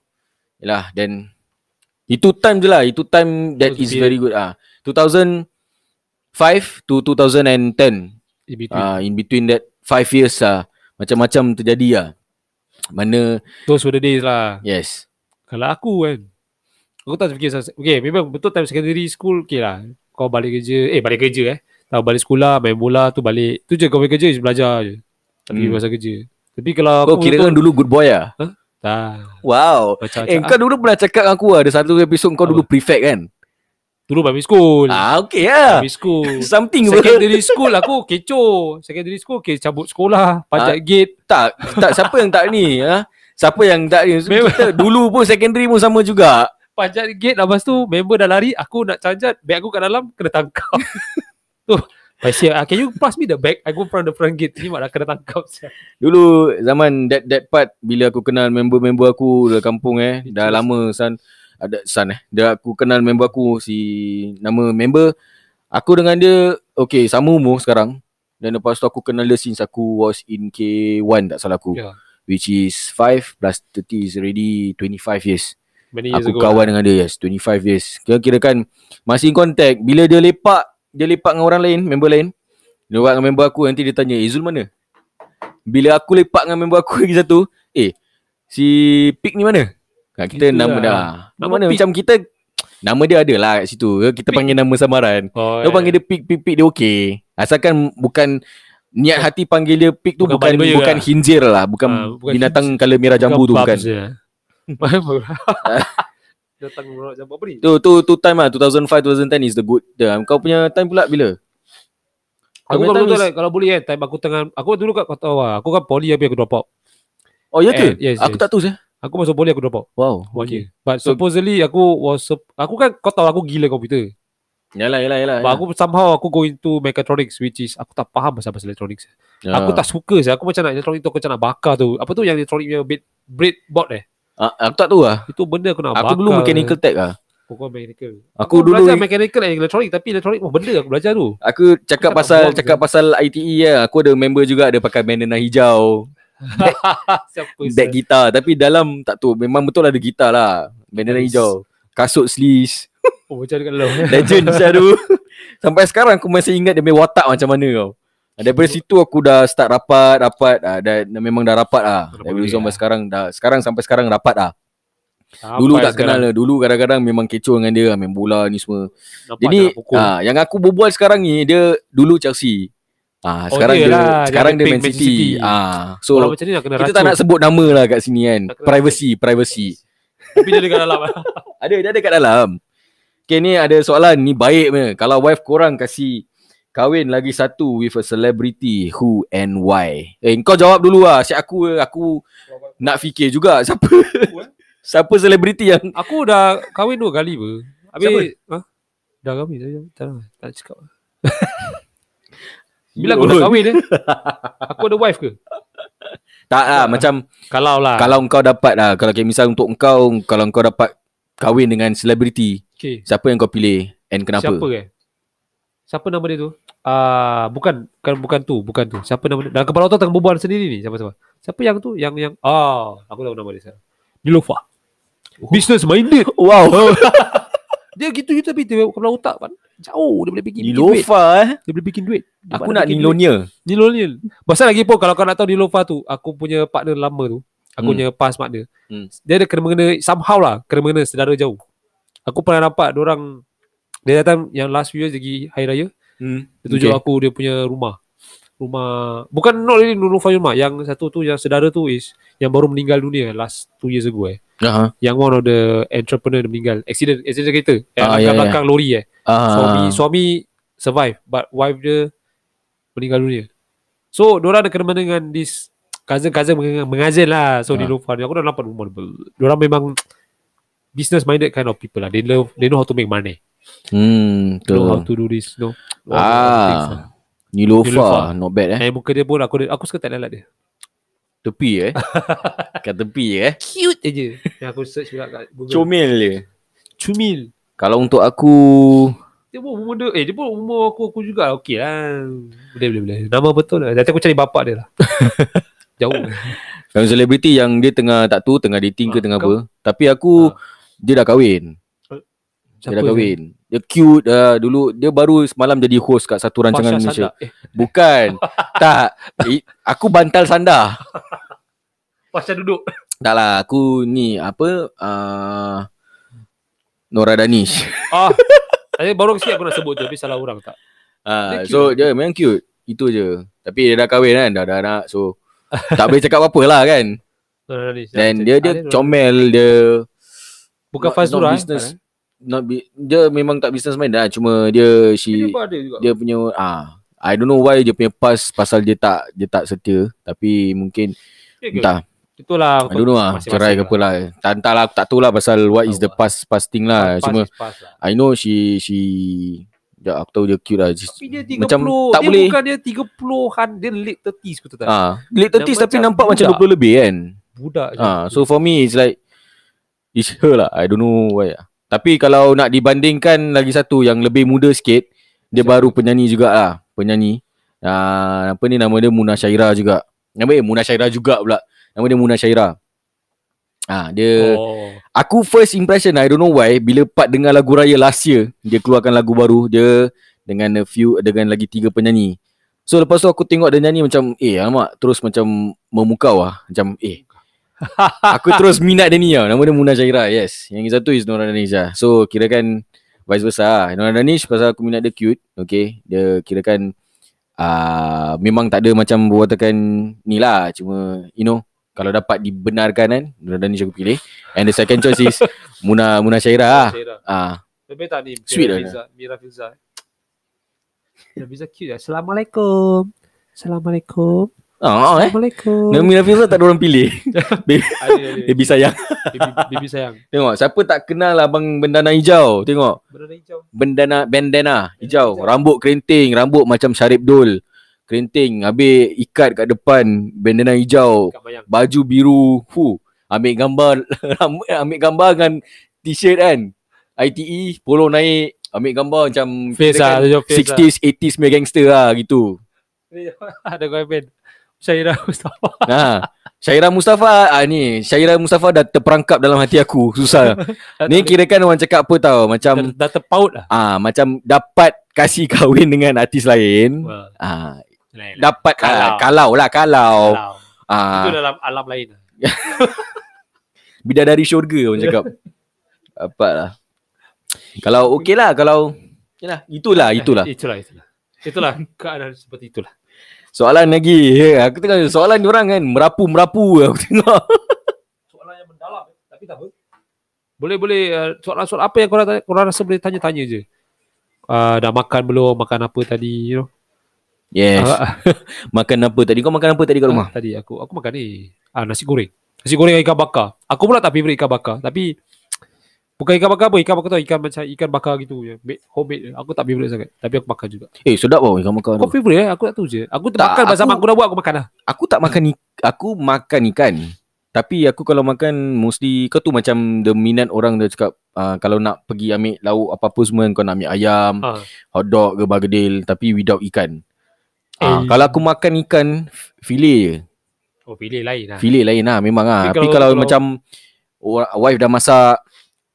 Speaker 7: yalah then itu time je lah, itu time that
Speaker 5: Those
Speaker 7: is
Speaker 5: period.
Speaker 7: very good ah. 2005 to 2010
Speaker 5: In between.
Speaker 7: ah in between that 5 years ah macam-macam terjadi ah. Mana
Speaker 5: Those were the days lah.
Speaker 7: yes
Speaker 5: Kalau aku kan Aku tak fikir pasal- Okay memang betul time secondary school Okay lah Kau balik kerja Eh balik kerja eh Tahu balik sekolah Main bola tu balik Tu je kau balik kerja is Belajar je Tak fikir
Speaker 7: Hmm.
Speaker 5: pasal kerja Tapi kalau aku
Speaker 7: Kau kira kan dulu good boy ah?
Speaker 5: Tak
Speaker 7: Wow.
Speaker 5: Macam
Speaker 7: Eh kau dulu pernah cakap dengan aku lah Ada satu episod kau dulu prefect kan?
Speaker 5: Dulu primary school
Speaker 7: Ah okey lah.
Speaker 5: Primary school
Speaker 7: Something apa?
Speaker 5: Secondary school aku kecoh Secondary school okay, Cabut sekolah
Speaker 7: Ah.
Speaker 5: Pajak gate
Speaker 7: Tak, tak siapa yang tak ni ha? Siapa yang tak ni?
Speaker 5: Memang.
Speaker 7: Kita dulu pun secondary pun sama juga.
Speaker 5: Pajak gate Lepas tu member dah lari Aku nak canjat Bag aku kat dalam Kena tangkap Tu Paisir, uh, can you pass me the bag? I go from the front gate. Ni mak dah kena tangkap. sial.
Speaker 7: Dulu zaman that that part bila aku kenal member-member aku dalam kampung eh dah
Speaker 5: Betul.
Speaker 7: lama san ada san eh dah aku kenal member aku si nama member aku dengan dia okay sama umur sekarang dan lepas tu aku kenal dia since aku was in K1 tak salah aku
Speaker 5: Ya.
Speaker 7: yeah. which is 5 plus 30 is already 25 years
Speaker 5: Many years
Speaker 7: aku
Speaker 5: ago. lah.
Speaker 7: kawan dengan dia yes 25 years kira kira kan masih in contact bila dia lepak dia lepak dengan orang lain, member lain. Dia lepak dengan member aku nanti dia tanya, "Eh Zul mana?" Bila aku lepak dengan member aku lagi satu, "Eh, si Pik ni mana?" Ha, kita
Speaker 5: Gitu
Speaker 7: nama
Speaker 5: lah.
Speaker 7: dah. Nama,
Speaker 5: Nama
Speaker 7: mana
Speaker 5: Pik.
Speaker 7: macam kita nama dia ada lah kat situ. Kita panggil nama samaran.
Speaker 5: Oh,
Speaker 7: Dia panggil dia pig pig pig dia okey. Asalkan bukan niat hati panggil dia pig tu
Speaker 5: Bukan
Speaker 7: bukan
Speaker 5: balik
Speaker 7: bukan,
Speaker 5: baya
Speaker 7: bukan
Speaker 5: lah.
Speaker 7: hinjir lah, bukan,
Speaker 5: Ah, bukan
Speaker 7: binatang kala merah
Speaker 5: ya.
Speaker 7: jambu tu bukan.
Speaker 5: Datang merah jambu apa ni?
Speaker 7: Tu tu tu time lah 2005 2010 is the good. The, kau punya time pula bila? Kau
Speaker 5: Aku
Speaker 7: punya
Speaker 5: kalau
Speaker 7: time
Speaker 5: dulu
Speaker 7: is-
Speaker 5: kan, kalau boleh kan time aku tengah aku dulu kat kau tahu lah. Aku kan poly habis aku drop out.
Speaker 7: Oh ya ke?
Speaker 5: Eh, yes,
Speaker 7: aku
Speaker 5: yes.
Speaker 7: tak tahu saya.
Speaker 5: Aku masuk poly aku drop out.
Speaker 7: Wow.
Speaker 5: One year. But
Speaker 7: So-
Speaker 5: supposedly aku was sup- aku kan kau tahu aku gila komputer.
Speaker 7: Yalah yalah yalah.
Speaker 5: But aku somehow aku go into mechatronics which is aku tak faham pasal pasal electronics.
Speaker 7: Ya.
Speaker 5: Aku tak suka saya. Aku macam nak electronic tu aku macam nak bakar tu. Apa tu yang electronic punya bread, breadboard eh?
Speaker 7: Ah, aku tak tahu lah.
Speaker 5: Itu benda aku nak bakar.
Speaker 7: Aku dulu mechanical tech ah.
Speaker 5: Aku mechanical.
Speaker 7: Aku dulu-
Speaker 5: belajar mechanical and electronic tapi electronic wah benda aku belajar tu.
Speaker 7: Aku cakap
Speaker 5: Aku tak
Speaker 7: pasal
Speaker 5: buang
Speaker 7: cakap
Speaker 5: ke?
Speaker 7: pasal ITE ya. Aku ada member juga ada pakai bandana hijau.
Speaker 5: Siapa
Speaker 7: Back gitar Tapi dalam tak tahu Memang betul ada gitar lah Bandana
Speaker 5: Nice.
Speaker 7: hijau Kasut sleeves
Speaker 5: Oh, macam dekat lo.
Speaker 7: Legend saya tu Sampai sekarang aku masih ingat Dia punya watak macam mana kau Daripada situ aku dah start rapat Rapat ah, dah, dah, Memang dah rapat lah
Speaker 5: Rapat
Speaker 7: Daripada
Speaker 5: boleh
Speaker 7: situ sampai
Speaker 5: lah.
Speaker 7: sekarang dah, Sekarang sampai sekarang rapat lah Dulu tak kenal lah Dulu kadang-kadang memang kecoh dengan dia ah, Main bola ni semua Dia ni ah,
Speaker 5: ha,
Speaker 7: Yang aku berbual sekarang ni Dia dulu Chelsea Ah,
Speaker 5: Oh,
Speaker 7: sekarang
Speaker 5: dia
Speaker 7: dia,
Speaker 5: lah. Dia
Speaker 7: sekarang
Speaker 5: ada
Speaker 7: dia Man
Speaker 5: pink Man
Speaker 7: City.
Speaker 5: City.
Speaker 7: Ah,
Speaker 5: so,
Speaker 7: so
Speaker 5: macam ni nak kena
Speaker 7: kita
Speaker 5: racun.
Speaker 7: tak nak sebut nama lah kat sini kan.
Speaker 5: Tak kena
Speaker 7: Privacy, privacy.
Speaker 5: Tapi dia dekat dalam.
Speaker 7: Ada, dia ada kat dalam. Okay, ni ada soalan. Ni baik punya. Kalau wife korang kasi kahwin lagi satu with a celebrity, who and why? Eh, kau jawab dulu lah. Asyik aku, aku nak fikir juga. Siapa? Siapa selebriti yang
Speaker 5: Aku dah kahwin dua kali apa. Habis ha? dah kahwin saya tak nak, tak nak cakap. Bila aku dah kahwin eh? Aku ada wife ke?
Speaker 7: Tak
Speaker 5: Ah.
Speaker 7: lah, macam
Speaker 5: Kalau lah.
Speaker 7: kalau kau dapat lah. Kalau okay, misal untuk kau, kalau kau dapat kahwin dengan selebriti,
Speaker 5: okay.
Speaker 7: siapa yang kau pilih and kenapa?
Speaker 5: Siapa eh? Siapa nama dia tu? Ah, bukan, bukan bukan tu, bukan tu. Siapa nama dia? Dalam kepala otak tengah berbual sendiri ni sama-sama. Siapa yang tu? Yang yang ah, aku tahu nama dia sekarang. Nilofa. Business minded.
Speaker 7: Oh. Wow,
Speaker 5: Dia gitu-gitu tapi dia kepala otak kan. Jauh dia boleh bikin duit.
Speaker 7: Nilofa eh.
Speaker 5: Dia boleh bikin duit. Dia
Speaker 7: Aku
Speaker 5: boleh
Speaker 7: nak
Speaker 5: bikin duit.
Speaker 7: Nilonia.
Speaker 5: Nilonil. Pasal lagi pun kalau kau nak tahu Nilofa tu, aku punya partner lama tu, aku
Speaker 7: Hmm.
Speaker 5: punya past partner.
Speaker 7: Hmm.
Speaker 5: Dia ada kena mengena somehow lah, kena mengena saudara jauh. Aku pernah nampak dia orang dia datang yang last few years lagi hari raya,
Speaker 7: Hmm.
Speaker 5: dia tunjuk okay. aku dia punya rumah. Rumah bukan not really Nilofa rumah, yang satu tu yang saudara tu is yang baru meninggal dunia last two years ago eh.
Speaker 7: Aha.
Speaker 5: Yang one of the entrepreneur dia meninggal, accident accident kereta, eh,
Speaker 7: Ah, ya,
Speaker 5: belakang,
Speaker 7: ya.
Speaker 5: belakang lori eh.
Speaker 7: Ah.
Speaker 5: Suami suami survive but wife dia meninggal dunia. So diorang ada kena mengena dengan this cousin-cousin meng- mengajen lah. So
Speaker 7: Ah.
Speaker 5: ha. Nilofa ni aku dah nampak rumah dia. Diorang memang business minded kind of people lah. They love they know how to make money.
Speaker 7: Hmm,
Speaker 5: They know how
Speaker 7: betul.
Speaker 5: to do this, you know. all the things lah.
Speaker 7: Ah. Nilofa, not bad eh.
Speaker 5: Eh muka dia pun aku aku suka tak lalat dia.
Speaker 7: Tepi eh. Kat tepi eh.
Speaker 5: Cute je. Yang aku search pula kat Google.
Speaker 7: Comel je.
Speaker 5: Cumil.
Speaker 7: Kalau untuk aku
Speaker 5: Dia pun umur dia, eh dia pun umur aku aku juga. Okey lah. Boleh boleh boleh. Nama betul lah. Nanti aku cari bapak dia lah. Jauh.
Speaker 7: yang selebriti yang dia tengah tak tahu tengah dating ke
Speaker 5: Ah,
Speaker 7: tengah
Speaker 5: kau- Ah.
Speaker 7: apa. Tapi aku dia dah kahwin. Dia dah
Speaker 5: Siapa dia?
Speaker 7: kahwin. Dia cute ah dulu dia baru semalam jadi host kat satu rancangan
Speaker 5: Pasha
Speaker 7: Malaysia.
Speaker 5: Sadak. Eh,
Speaker 7: Bukan. tak. I, aku bantal sandar.
Speaker 5: Pasha duduk.
Speaker 7: Tak lah aku ni apa uh, Nora Danish.
Speaker 5: Ah. Tadi baru sikit aku nak sebut tu tapi salah orang tak.
Speaker 7: Ah,
Speaker 5: Dia cute.
Speaker 7: so dia memang cute. Itu je. Tapi dia dah kahwin kan, dah ada anak. So tak boleh cakap apa-apa lah kan.
Speaker 5: Nora Danis.
Speaker 7: Dan dia dia
Speaker 5: Ah,
Speaker 7: comel, dia
Speaker 5: bukan eh.
Speaker 7: not-
Speaker 5: Fazura.
Speaker 7: not business. Not bi- dia memang tak business mind lah. Cuma dia she
Speaker 5: ada juga.
Speaker 7: dia punya ah I don't know why dia punya pas pasal dia tak dia tak setia tapi mungkin entah
Speaker 5: Itulah.
Speaker 7: I don't know lah cerai ke apa lah tak entahlah aku tak tahu lah pasal what is the past past thing lah cuma I know she she ya, aku tahu dia cute lah She-
Speaker 5: Tapi dia 30
Speaker 7: macam tak
Speaker 5: dia
Speaker 7: boleh
Speaker 5: bukan dia 30-an dia late 30s aku tak.
Speaker 7: ah late 30s
Speaker 5: Yang
Speaker 7: tapi
Speaker 5: macam
Speaker 7: nampak macam
Speaker 5: budak.
Speaker 7: 20 lebih kan
Speaker 5: Budak je.
Speaker 7: Ah, so for me it's like it's her lah. I don't know why. lah. Tapi kalau nak dibandingkan lagi satu yang lebih muda sikit, dia baru penyanyi jugalah, penyanyi. Ah, apa ni nama dia Muna Syaira juga. Nama dia Muna Syaira juga pula. Nama dia Muna Syaira. Ah, dia oh.
Speaker 5: Oh.
Speaker 7: aku first impression I don't know why bila part dengar lagu raya last year, dia keluarkan lagu baru, dia dengan a few dengan lagi tiga penyanyi. So lepas tu aku tengok dia nyanyi macam eh alamak terus macam memukau ah macam eh aku terus minat dia ni tau. Nama dia Muna Syairah. Yes. Yang satu is Nora Danish lah. So kirakan vice versa lah. Nora Danish pasal aku minat dia cute. Okay. Dia kirakan uh, memang tak ada macam berwatakan ni lah. Cuma you know kalau dapat dibenarkan kan Nora Danish aku pilih. And the second choice is Muna Muna Syairah lah. Ah,
Speaker 5: Lebih tak ni
Speaker 7: Sweet lah
Speaker 5: Mira Filza, Mira Filza Mira Filza cute lah Assalamualaikum Assalamualaikum
Speaker 7: ah, ah eh.
Speaker 5: Assalamualaikum
Speaker 7: Nama Mira Filza tak ada orang pilih. Baby,
Speaker 5: Ada, ada.
Speaker 7: baby sayang.
Speaker 5: Baby- Baby sayang
Speaker 7: Tengok siapa tak kenal abang bendana hijau. Tengok.
Speaker 5: Berada hijau
Speaker 7: bandana bandana hijau rambut kerinting rambut macam Syarif Dol kerinting habis ikat kat depan bandana hijau
Speaker 5: Kat bayang
Speaker 7: baju biru fu ambil gambar ram- ambil gambar dengan t-shirt kan ITE polo naik ambil gambar macam
Speaker 5: Face
Speaker 7: kira
Speaker 5: lah, dia jawab face
Speaker 7: 60s 80s punya gangster lah gitu
Speaker 5: Ada komen Syairah Mustafa
Speaker 7: ha Syairah Mustafa ah ni Syairah Mustafa dah terperangkap dalam hati aku susah ni kirakan orang cakap apa tau
Speaker 5: dah,
Speaker 7: macam
Speaker 5: dah terpaut lah
Speaker 7: ah macam dapat kasih kahwin dengan artis lain
Speaker 5: Well,
Speaker 7: Ah,
Speaker 5: lain lah.
Speaker 7: dapat kalau.
Speaker 5: Kalau.
Speaker 7: Ah, kalau lah kalau.
Speaker 5: Kalau. Itu
Speaker 7: Ah,
Speaker 5: dalam alam lain lah.
Speaker 7: bidadari syurga orang cakap. dapat lah. Kalau okey lah kalau yalah, itulah Ah, itulah.
Speaker 5: Itulah Itulah Itulah keadaan seperti itulah
Speaker 7: Soalan lagi. Ya, aku tengok soalan orang kan merapu-merapu aku tengok.
Speaker 5: Soalan yang mendalam Tapi tak apa Boleh-boleh uh, Soalan-soalan apa yang korang, tanya- korang rasa boleh tanya-tanya je uh, Dah makan belum Makan apa tadi You know
Speaker 7: Yes.
Speaker 5: Ah,
Speaker 7: makan apa tadi? Kau makan apa tadi kat rumah?
Speaker 5: Ah, tadi aku aku makan ni ah, nasi goreng. Nasi goreng dengan ikan bakar. Aku pula tak favorite ikan bakar tapi bukan ikan bakar apa ikan bakar tu ikan macam ikan bakar gitu je. Ba- Homemade je. Aku tak favorite sangat tapi aku makan juga.
Speaker 7: Eh, sedap tau ikan bakar tu.
Speaker 5: Kau favorite eh? Aku tak tahu je. Aku tak,
Speaker 7: Tak,
Speaker 5: makan pasal
Speaker 7: aku-
Speaker 5: mak aku dah buat aku makan lah.
Speaker 7: Aku tak makan ik- aku makan ikan. Tapi aku kalau makan mostly kau tu macam the minat orang dia cakap uh, kalau nak pergi ambil lauk apa-apa semua kau nak ambil ayam,
Speaker 5: Ha.
Speaker 7: hot dog ke bergedil tapi without ikan. Ah,
Speaker 5: Eh.
Speaker 7: kalau aku makan ikan f- filet je.
Speaker 5: Oh pilih lain lah.
Speaker 7: Filet lain lah memang ah.
Speaker 5: Tapi
Speaker 7: Tapi
Speaker 5: kalau-
Speaker 7: kalau,
Speaker 5: kalau-
Speaker 7: macam orang- wife dah masak,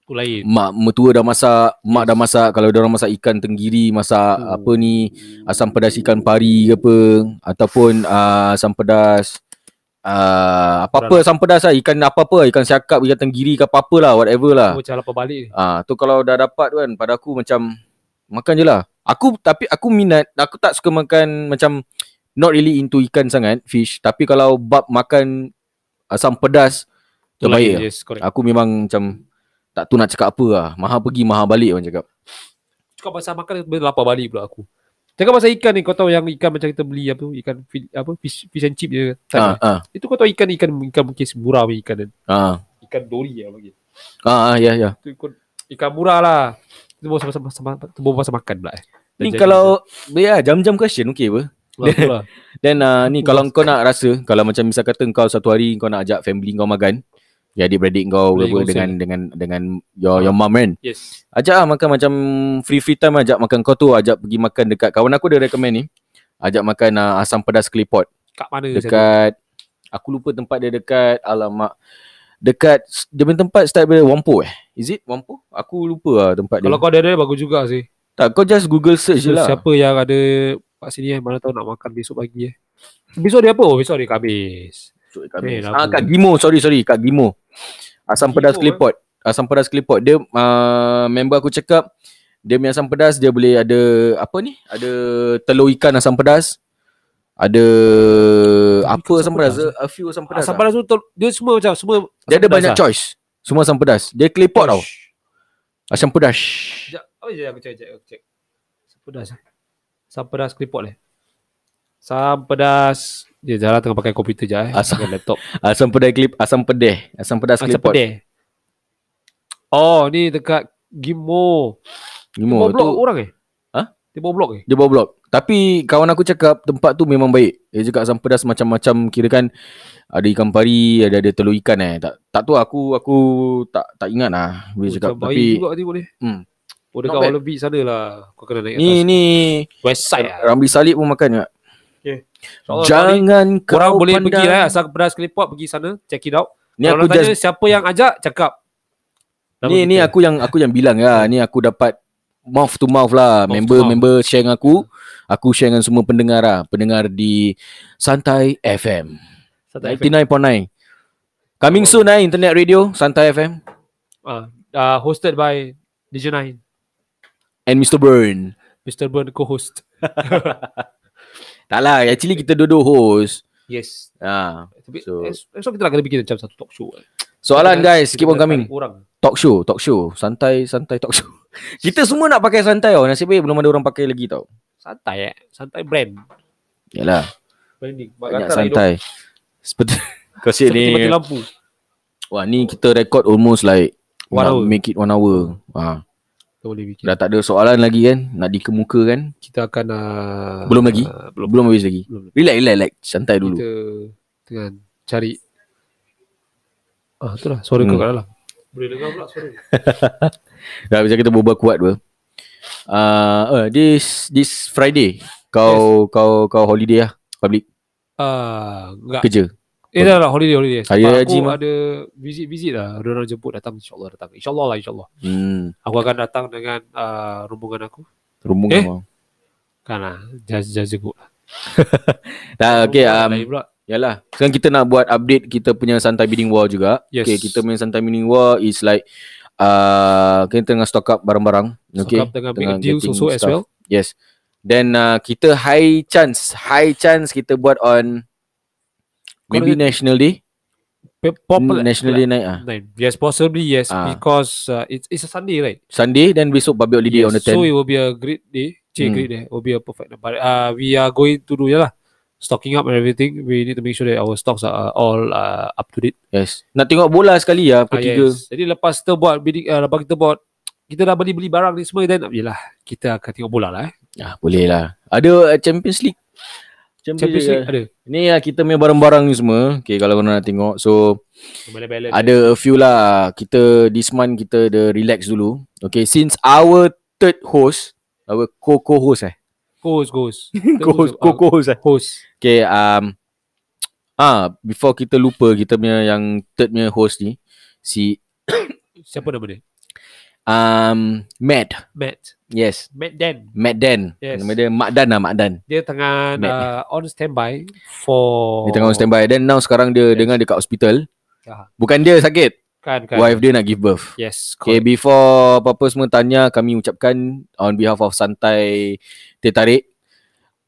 Speaker 5: Aku lain.
Speaker 7: mak mertua dah masak, mak dah masak, kalau dia orang masak ikan tenggiri, masak apa ni asam pedas ikan pari ke apa ataupun uh, asam pedas uh, apa-apa asam pedas lah ikan apa-apa ikan siakap ikan tenggiri ke apa-apa lah whatever lah
Speaker 5: Aku macam lapar balik ni.
Speaker 7: Ah, tu kalau dah dapat tu kan pada aku macam makan je lah. Aku tapi aku minat aku tak suka makan macam not really into ikan sangat fish tapi kalau bab makan asam pedas
Speaker 5: Tu lain,
Speaker 7: terbaik.
Speaker 5: Yes, correct.
Speaker 7: Lah. Aku memang macam tak tahu nak cakap apa lah. Maha pergi maha balik orang cakap.
Speaker 5: Cakap pasal makan aku lapar balik pula aku. Cakap pasal ikan ni kau tahu yang ikan macam kita beli apa ikan fil- apa fish, fish and chip je.
Speaker 7: Ha
Speaker 5: Ha.
Speaker 7: ha.
Speaker 5: Itu kau tahu ikan ikan ikan mungkin murah punya ikan kan.
Speaker 7: Ha.
Speaker 5: Ikan dori lah bagi.
Speaker 7: Ha ha, ya ya.
Speaker 5: tu ikut ikan murah lah. Tu bawa pasal pasal tu bawa pasal makan pula. eh.
Speaker 7: Ni
Speaker 5: Dah jadi
Speaker 7: kalau ya jam-jam question okey apa?
Speaker 5: dah. Lah, tu lah.
Speaker 7: Then uh, ni kalau kau nak rasa kalau macam misal kata kau satu hari kau nak ajak family kau makan, ya adik-beradik kau
Speaker 5: Boleh
Speaker 7: apa
Speaker 5: kongsi.
Speaker 7: dengan dengan dengan your your mum kan.
Speaker 5: Yes.
Speaker 7: Ajak lah makan macam free free time ajak makan kau tu ajak pergi makan dekat kawan aku dia recommend ni. Ajak makan uh, asam pedas kelipot
Speaker 5: Kat mana saya
Speaker 7: dekat aku lupa tempat dia dekat alamak dekat dia punya tempat start dari Wampo eh. Is it Wampo? Aku lupa lah tempat
Speaker 5: tu? Kalau
Speaker 7: dia.
Speaker 5: kau ada ada bagus juga sih.
Speaker 7: tak kau just Google search je
Speaker 5: So,
Speaker 7: lah.
Speaker 5: siapa yang ada kat sini eh mana tahu nak makan besok pagi eh. Besok dia apa? Oh, besok dia habis.
Speaker 7: Masuk
Speaker 5: Eh,
Speaker 7: dekat
Speaker 5: labu.
Speaker 7: ah, kat Gimo, sorry sorry, kat Gimo. Asam
Speaker 5: Gimo,
Speaker 7: pedas
Speaker 5: eh?
Speaker 7: kelipot. Asam pedas kelipot. Dia uh, member aku cakap dia punya asam pedas dia boleh ada apa ni? Ada telur ikan asam pedas. Ada apa
Speaker 5: ikan
Speaker 7: asam
Speaker 5: asam
Speaker 7: pedas?
Speaker 5: pedas,
Speaker 7: A few asam pedas.
Speaker 5: Asam
Speaker 7: lah.
Speaker 5: pedas tu tel- dia semua macam semua
Speaker 7: Dia
Speaker 5: asam
Speaker 7: ada
Speaker 5: pedas
Speaker 7: banyak
Speaker 5: lah.
Speaker 7: choice. Semua asam pedas. Dia kelipot tau.
Speaker 5: Ush.
Speaker 7: Asam pedas.
Speaker 5: Sekejap. Apa je aku cek cek aku cek. Asam pedas. eh. Asam pedas kelipot eh. Asam pedas. Dia Zara tengah pakai komputer je eh.
Speaker 7: Asam-
Speaker 5: Bukan laptop.
Speaker 7: Asam pedas kelip asam pedas. Asam pedas
Speaker 5: Asam
Speaker 7: kelipot.
Speaker 5: pedas. Oh, ni dekat Gimo. Dia
Speaker 7: Gimo
Speaker 5: bawa blok
Speaker 7: tu
Speaker 5: orang eh?
Speaker 7: Ha?
Speaker 5: Dia bawa blok eh?
Speaker 7: dia bawa blok. Tapi kawan aku cakap tempat tu memang baik. Dia cakap asam pedas macam-macam kira kan ada ikan pari, ada ada telur ikan eh. Tak tak tahu aku aku tak tak ingat lah dia
Speaker 5: Macam
Speaker 7: cakap
Speaker 5: bayi
Speaker 7: tapi
Speaker 5: juga tengok ni.
Speaker 7: Hmm.
Speaker 5: Oh dekat
Speaker 7: Not bad.
Speaker 5: Holland Beach sana lah. Kau kena naik
Speaker 7: ni
Speaker 5: atas.
Speaker 7: ni
Speaker 5: West side lah.
Speaker 7: Ramli Salib pun makan juga.
Speaker 5: InsyaAllah sekali
Speaker 7: Jangan kau
Speaker 5: Korang boleh
Speaker 7: pandang.
Speaker 5: pergi lah Asal pedas kelipot Pergi sana Check it out
Speaker 7: Ni
Speaker 5: Kalau
Speaker 7: aku
Speaker 5: nak tanya
Speaker 7: just
Speaker 5: siapa yang ajak Cakap Nama
Speaker 7: ni ni
Speaker 5: kita.
Speaker 7: ya. aku yang aku yang bilang lah. Ni aku dapat mouth to mouth lah.
Speaker 5: Hmm. Mouth to mouth.
Speaker 7: Member-member share dengan aku. Aku share dengan semua pendengar lah. Pendengar di Santai FM.
Speaker 5: Santai FM.
Speaker 7: 99.9. Coming soon eh, Internet Radio, Santai FM.
Speaker 5: Ah, uh, hosted by DJ Nain.
Speaker 7: And Mr. Burn.
Speaker 5: Mr. Burn co-host.
Speaker 7: Tak lah, actually kita dua-dua host.
Speaker 5: Yes.
Speaker 7: Ha.
Speaker 5: Tapi
Speaker 7: So-
Speaker 5: so, esok kita lah kena bikin macam satu talk show. eh.
Speaker 7: Soalan guys, keep on
Speaker 5: Kita
Speaker 7: coming.
Speaker 5: tarik Orang.
Speaker 7: Talk show, talk show. Santai, santai talk show. Kita semua nak pakai santai tau. Nasib baik belum ada orang pakai lagi tau.
Speaker 5: Santai eh. Santai brand.
Speaker 7: Yalah,
Speaker 5: Branding. Mak
Speaker 7: banyak
Speaker 5: kata lah hidup
Speaker 7: santai. Seperti Kasih
Speaker 5: Seperti mati
Speaker 7: ni.
Speaker 5: lampu.
Speaker 7: Wah, ni kita record almost like
Speaker 5: One
Speaker 7: nak
Speaker 5: hour.
Speaker 7: Make it one hour. Ha.
Speaker 5: Tak boleh bikin.
Speaker 7: Dah tak ada soalan lagi kan? Nak dikemukakan?
Speaker 5: Kita akan uh,
Speaker 7: Belum lagi?
Speaker 5: Uh,
Speaker 7: Belum belum habis lagi.
Speaker 5: Belum.
Speaker 7: Relax, relax, relax. Santai dulu.
Speaker 5: kita tengah cari Ah, itulah suara kau
Speaker 7: Hmm.
Speaker 5: kat dalam. Boleh dengar pula suara.
Speaker 7: Dah macam kita berbual kuat apa. Uh, uh, this this Friday kau yes. kau kau holiday lah public
Speaker 5: Ah, enggak.
Speaker 7: kerja.
Speaker 5: Eh dah lah holiday holiday. Sebab
Speaker 7: Hari Raya
Speaker 5: aku
Speaker 7: Haji mah.
Speaker 5: ada visit visit lah. Ada orang jemput datang insyaallah datang. Insyaallah lah insyaallah.
Speaker 7: Hmm,
Speaker 5: Aku akan datang dengan uh, rombongan aku.
Speaker 7: rumung
Speaker 5: Eh?
Speaker 7: eh?
Speaker 5: Kan lah. Just just jemput lah.
Speaker 7: Dah okay
Speaker 5: Rombongan
Speaker 7: um,
Speaker 5: lain pula.
Speaker 7: Yalah. Sekarang kita nak buat update kita punya santai bidding war juga.
Speaker 5: Yes.
Speaker 7: Okay, kita punya santai bidding war is like uh, kita tengah stock up barang-barang.
Speaker 5: Okay. dengan big deals
Speaker 7: getting
Speaker 5: also as
Speaker 7: stuff.
Speaker 5: well.
Speaker 7: Yes. Then uh, kita high chance, high chance kita buat on maybe
Speaker 5: Correct. lah.
Speaker 7: National Day.
Speaker 5: Pe- Popular.
Speaker 7: National Day night ah.
Speaker 5: Nine. Yes, possibly yes
Speaker 7: Ah.
Speaker 5: because uh, it's it's a Sunday right?
Speaker 7: Sunday then besok public holiday on the 10.
Speaker 5: So it will be a great day. Cik,
Speaker 7: Hmm.
Speaker 5: great day. It will be a perfect day. But uh, we are going to do yalah. Stocking up and everything. We need to make sure that our stocks are uh, all uh, up to date.
Speaker 7: yes. Nak tengok bola sekali ya
Speaker 5: Ah,
Speaker 7: pukul 3.
Speaker 5: yes. Jadi lepas kita buat bidding, uh, lepas kita buat kita dah beli-beli barang ni semua then yelah kita akan tengok bola lah eh.
Speaker 7: Ah, boleh lah. Ada uh, Champions League.
Speaker 5: Champions League ada.
Speaker 7: Ni lah kita punya barang-barang ni semua. Okay, kalau korang nak tengok. So,
Speaker 5: Balance-balance.
Speaker 7: Ada a few lah. Kita this month kita the relax dulu. Okay, since our third host, our co co host eh,
Speaker 5: Goes, goes.
Speaker 7: co host co co host eh.
Speaker 5: Host.
Speaker 7: Okay, um, ah before kita lupa kita punya yang third punya host ni si
Speaker 5: Siapa nama dia?
Speaker 7: um Matt.
Speaker 5: Matt.
Speaker 7: Yes,
Speaker 5: Matt Dan.
Speaker 7: Matt Dan.
Speaker 5: Yes.
Speaker 7: Nama dia Mak Dan lah, Mak Dan.
Speaker 5: Dia tengah
Speaker 7: Matt.
Speaker 5: uh, on standby for
Speaker 7: Dia tengah
Speaker 5: Oh.
Speaker 7: on standby. Then now sekarang dia dengar dekat hospital.
Speaker 5: Ah.
Speaker 7: Bukan dia sakit.
Speaker 5: Kan, kan.
Speaker 7: Wife dia nak give birth.
Speaker 5: Yes.
Speaker 7: Okay,
Speaker 5: correct.
Speaker 7: before apa-apa semua tanya, kami ucapkan on behalf of Santai Teh Tarik.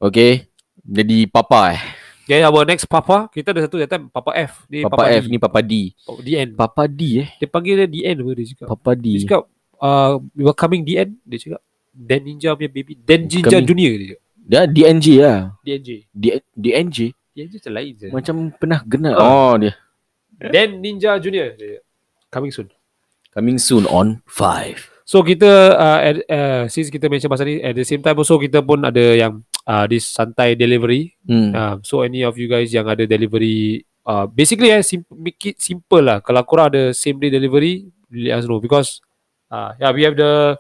Speaker 7: Okay, jadi Papa eh.
Speaker 5: Then our next Papa, kita ada satu that time, Papa F. Ni
Speaker 7: Papa, F
Speaker 5: D.
Speaker 7: ni Papa D.
Speaker 5: Oh, DN.
Speaker 7: Papa D eh.
Speaker 5: Dia panggil dia DN apa dia cakap.
Speaker 7: Papa
Speaker 5: Dia
Speaker 7: D.
Speaker 5: cakap, uh, we were coming DN. Dia cakap, Dan Ninja punya baby. Dan Ninja
Speaker 7: Coming.
Speaker 5: Junior dia cakap.
Speaker 7: Dia DNJ lah.
Speaker 5: DNJ.
Speaker 7: D, DNJ?
Speaker 5: DNJ macam lain je.
Speaker 7: Macam pernah kenal.
Speaker 5: Ah.
Speaker 7: Oh, dia.
Speaker 5: Dan Ninja Junior dia cakap. Coming soon.
Speaker 7: Coming soon on 5.
Speaker 5: So kita, uh, at, uh, since kita mention pasal ni, at the same time also kita pun ada yang uh, this santai delivery.
Speaker 7: Hmm.
Speaker 5: Um, so any of you guys yang ada delivery, uh, basically eh, sim- make it simple lah. Kalau korang ada same day delivery, let us know because uh, yeah, we have the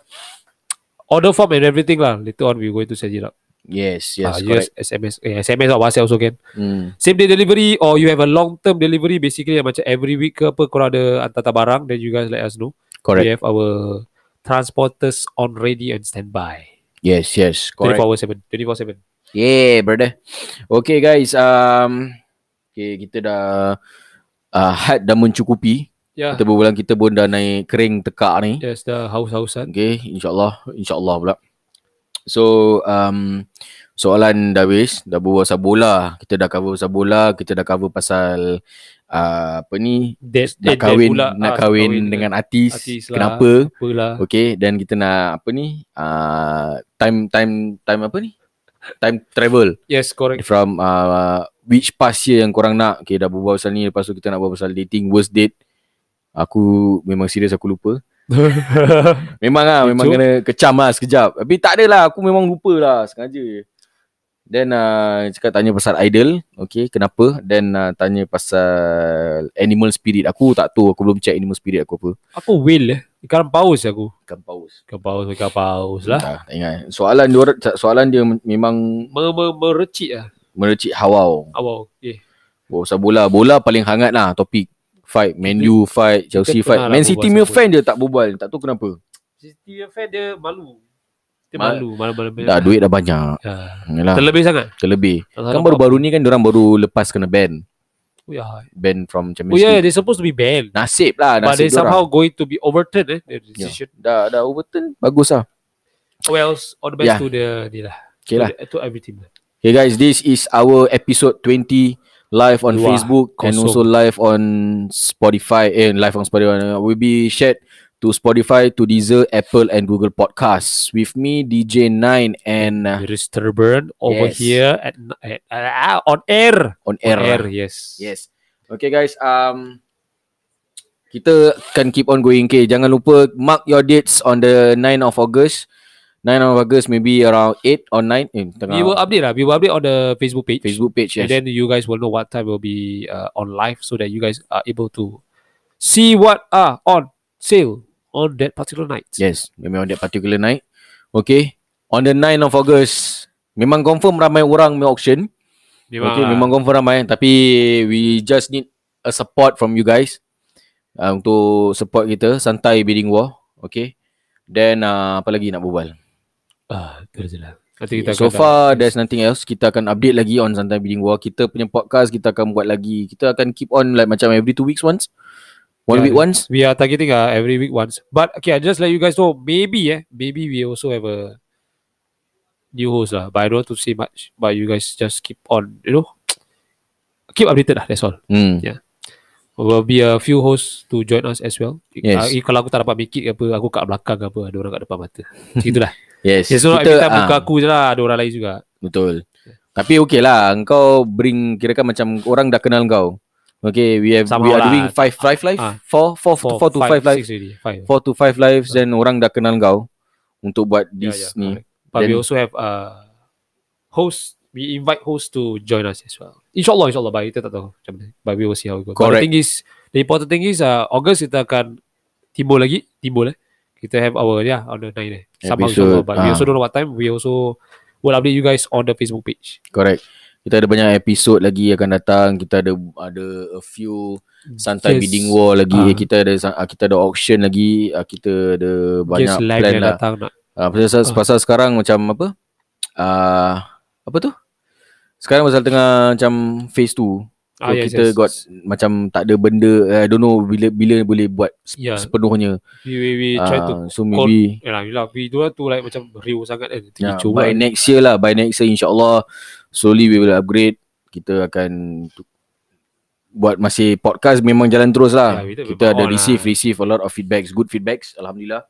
Speaker 5: order form and everything lah. Later on we going to set it up.
Speaker 7: Yes, yes,
Speaker 5: Ah, you
Speaker 7: correct.
Speaker 5: just SMS, eh, SMS or WhatsApp also can.
Speaker 7: Hmm.
Speaker 5: Same day delivery or you have a long term delivery basically yang macam every week ke apa korang ada hantar barang then you guys let us know. We
Speaker 7: Correct.
Speaker 5: have our transporters on ready and standby.
Speaker 7: Yes, yes, correct.
Speaker 5: 24 hours 7, 24 7.
Speaker 7: Yeah, brother. Okay, guys. Um, okay, kita dah uh, had dah mencukupi.
Speaker 5: Yeah.
Speaker 7: Kita berbulan kita pun dah naik kering tekak ni.
Speaker 5: Yes, the house-housean.
Speaker 7: Okay, insyaAllah. InsyaAllah pula. So, um, soalan dah habis. Dah berbual pasal bola. Kita dah cover pasal bola. Kita dah cover pasal uh, apa ni?
Speaker 5: That, ah,
Speaker 7: Nak kahwin, nak kahwin dengan artis.
Speaker 5: artis lah.
Speaker 7: Kenapa?
Speaker 5: Apalah.
Speaker 7: Okay, dan kita nak apa ni? Uh, time, time, time apa ni? Time travel
Speaker 5: Yes, correct.
Speaker 7: from uh, which past year yang korang nak. Okay, dah berbual pasal ni. Lepas tu kita nak berbual pasal dating, worst date. Aku memang serius aku lupa. Memang lah,
Speaker 5: Kecoh.
Speaker 7: memang kena kecam lah sekejap. Tapi tak adalah, aku memang lupa lah, sengaja je. Then uh, cakap tanya pasal idol, okay, kenapa? Then uh, tanya pasal animal spirit. Aku tak tahu, aku belum check animal spirit aku apa.
Speaker 5: Apa will eh? Ikan paus aku.
Speaker 7: Ikan paus.
Speaker 5: Ikan paus, ikan paus lah.
Speaker 7: Tak, tak ingat. Soalan dia, orang- soalan dia memang
Speaker 5: Mer, mer, merecik lah.
Speaker 7: merecik hawau.
Speaker 5: Awal. Eh,
Speaker 7: Buat Oh, pasal bola. Bola paling hangat lah topik. Fight, Man U fight, Chelsea
Speaker 5: Kita pernah
Speaker 7: fight.
Speaker 5: lah
Speaker 7: Man
Speaker 5: berbual
Speaker 7: City punya
Speaker 5: pasal
Speaker 7: fan je tak berbual. Tak tahu kenapa.
Speaker 5: City fan dia malu. Kita
Speaker 7: Mal-
Speaker 5: malu malam-malam.
Speaker 7: Dah duit Ah. dah banyak.
Speaker 5: Ya.
Speaker 7: Yalah,
Speaker 5: Terlebih sangat.
Speaker 7: terlebih.
Speaker 5: Tak
Speaker 7: Kan
Speaker 5: salah faham.
Speaker 7: baru-baru ni kan orang baru lepas kena ban.
Speaker 5: Oh, ya.
Speaker 7: Ban from
Speaker 5: Oh
Speaker 7: Champions
Speaker 5: yeah,
Speaker 7: League.
Speaker 5: they supposed to be banned.
Speaker 7: Nasib lah
Speaker 5: But they
Speaker 7: nasib
Speaker 5: somehow
Speaker 7: orang.
Speaker 5: going to be overturned eh their
Speaker 7: Yeah.
Speaker 5: decision. Oh,
Speaker 7: Dah dah overturn bagus lah.
Speaker 5: Well, all the best
Speaker 7: Yeah.
Speaker 5: to the ni lah.
Speaker 7: Okay lah.
Speaker 5: To, the, to every team. lah.
Speaker 7: Hey guys, this is our episode 20 live on
Speaker 5: Wah,
Speaker 7: Facebook and
Speaker 5: kosong.
Speaker 7: also live on Spotify and live on Spotify. Uh, will be shared to Spotify, to Deezer, Apple and Google Podcasts. With me DJ9 and uh,
Speaker 5: Mr. Burn over
Speaker 7: Yes.
Speaker 5: here at, at uh, on air.
Speaker 7: on
Speaker 5: On
Speaker 7: air. lah. uh,
Speaker 5: air, yes.
Speaker 7: Yes. Okay guys, um kita akan keep on going. Okay, jangan lupa mark your dates on the 9 of August. 9 of August maybe around 8 or 9 eh, tengah
Speaker 5: We will update lah. We will update on the Facebook page.
Speaker 7: Facebook page. Yes.
Speaker 5: And then you guys will know what time will be uh, on live so that you guys are able to see what are on sale on that particular night.
Speaker 7: Yes, memang on that particular night. Okay, on the 9 of August, memang confirm ramai orang main auction. Memang okay,
Speaker 5: lah.
Speaker 7: memang confirm ramai. Tapi we just need a support from you guys uh, untuk support kita santai bidding war. Okay. Then uh, apa lagi nak berbual?
Speaker 5: Ah, tu dia lah. Nanti kita
Speaker 7: so
Speaker 5: akan-
Speaker 7: far there's nothing else. Kita akan update lagi on santai bidding war. Kita punya podcast kita akan buat lagi. Kita akan keep on like macam every two weeks once. One
Speaker 5: Yeah.
Speaker 7: week once.
Speaker 5: we are targeting uh, every week once. But okay, I just let you guys know. Maybe eh, maybe we also have a new host lah. But I don't want to say much. But you guys just keep on, you know, keep updated lah. That's all.
Speaker 7: Hmm.
Speaker 5: Will be a few hosts to join us as well.
Speaker 7: Yes.
Speaker 5: Uh, kalau aku tak dapat make it ke apa, aku kat belakang ke apa, ada orang kat depan mata. Macam Itulah.
Speaker 7: Yes.
Speaker 5: Okay, so kita, every time
Speaker 7: ah.
Speaker 5: muka aku je lah, ada orang lain juga.
Speaker 7: Betul. Tapi okay lah, kau bring kirakan macam orang dah kenal kau. Okay, we have we
Speaker 5: Somehow
Speaker 7: are
Speaker 5: lah.
Speaker 7: doing five five live,
Speaker 5: Ah.
Speaker 7: four four four, four to five, lah. live,
Speaker 5: six already. Five.
Speaker 7: four to five lives, then orang dah kenal kau untuk buat this ni.
Speaker 5: Ya, correct. But we
Speaker 7: Then-
Speaker 5: also have uh, hosts. We invite hosts to join us as well. Inshallah, inshallah. But kita tak tahu macam mana. But we will see how it goes. But
Speaker 7: Correct.
Speaker 5: the thing is, the important thing is, uh, August kita akan timbul lagi. Timbul eh. Kita have our, yeah, on the 9 eh. Somehow,
Speaker 7: Episode,
Speaker 5: inshallah. But we
Speaker 7: ah.
Speaker 5: also don't know what time. We also will update you guys on the Facebook page.
Speaker 7: Correct. Kita ada banyak episod lagi akan datang. Kita ada ada a few santai
Speaker 5: Yes.
Speaker 7: bidding war lagi.
Speaker 5: Ah.
Speaker 7: Kita ada sa- ah, kita ada auction lagi. Ah, Kita ada banyak
Speaker 5: Just live
Speaker 7: plan
Speaker 5: yang
Speaker 7: lah.
Speaker 5: datang nak.
Speaker 7: Uh, pasal,
Speaker 5: Ah.
Speaker 7: pasal sekarang macam apa? Uh, apa tu? Sekarang pasal tengah macam phase 2. So
Speaker 5: Ah, yes,
Speaker 7: kita
Speaker 5: yes,
Speaker 7: got
Speaker 5: yes.
Speaker 7: macam tak ada benda I don't know bila bila boleh buat
Speaker 5: Yeah.
Speaker 7: sepenuhnya.
Speaker 5: We, we, we try
Speaker 7: Uh,
Speaker 5: to
Speaker 7: so maybe Ya,
Speaker 5: Yalah, yalah, we don't want to like macam real sangat kan. Nanti
Speaker 7: yeah,
Speaker 5: coba.
Speaker 7: by next year lah, by next year insyaallah slowly we will upgrade. Kita akan tu- buat masih podcast memang jalan terus lah.
Speaker 5: Yeah, kita
Speaker 7: kita
Speaker 5: memang
Speaker 7: ada
Speaker 5: on lah.
Speaker 7: receive receive a lot of feedbacks, good feedbacks alhamdulillah.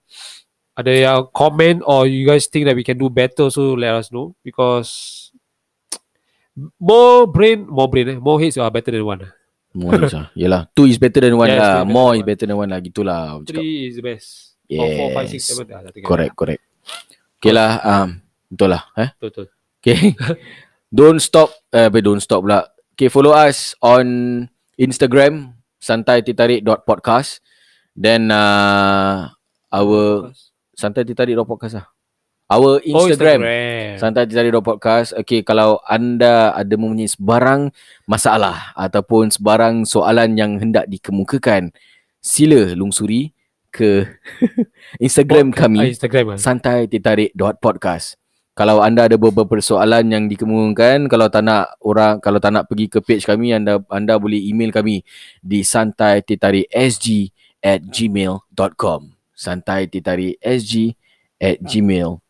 Speaker 5: Ada yang comment or you guys think that we can do better so let us know because more brain, more brain eh, more heads are better than one. lah.
Speaker 7: More is lah. Yelah, two is better than one
Speaker 5: Yeah, it's
Speaker 7: lah.
Speaker 5: better than
Speaker 7: More
Speaker 5: one.
Speaker 7: is better than one lah gitulah. Cakap
Speaker 5: Three is the best. Or four, five, six,
Speaker 7: Yes.
Speaker 5: seven. Ah, dah tinggal.
Speaker 7: Correct, correct. Okay lah, um, betul lah. Eh?
Speaker 5: Betul, betul.
Speaker 7: Okay. don't stop, eh, apa, don't stop pula. Okay, follow us on Instagram, santaititarik.podcast. Then, uh, our, santaititarik.podcast lah. Our
Speaker 5: Oh, Instagram.
Speaker 7: Instagram, Santai Santai Podcast. Okay, kalau anda ada mempunyai sebarang masalah ataupun sebarang soalan yang hendak dikemukakan, sila lungsuri ke Instagram kami.
Speaker 5: Ah, Instagram kan.
Speaker 7: santai tertarik dot podcast. Kalau anda ada beberapa persoalan yang dikemukakan, kalau tak nak orang kalau tak nak pergi ke page kami, anda anda boleh email kami di santai tertarik sg at gmail.com. Santai tertarik sg at gmail.com.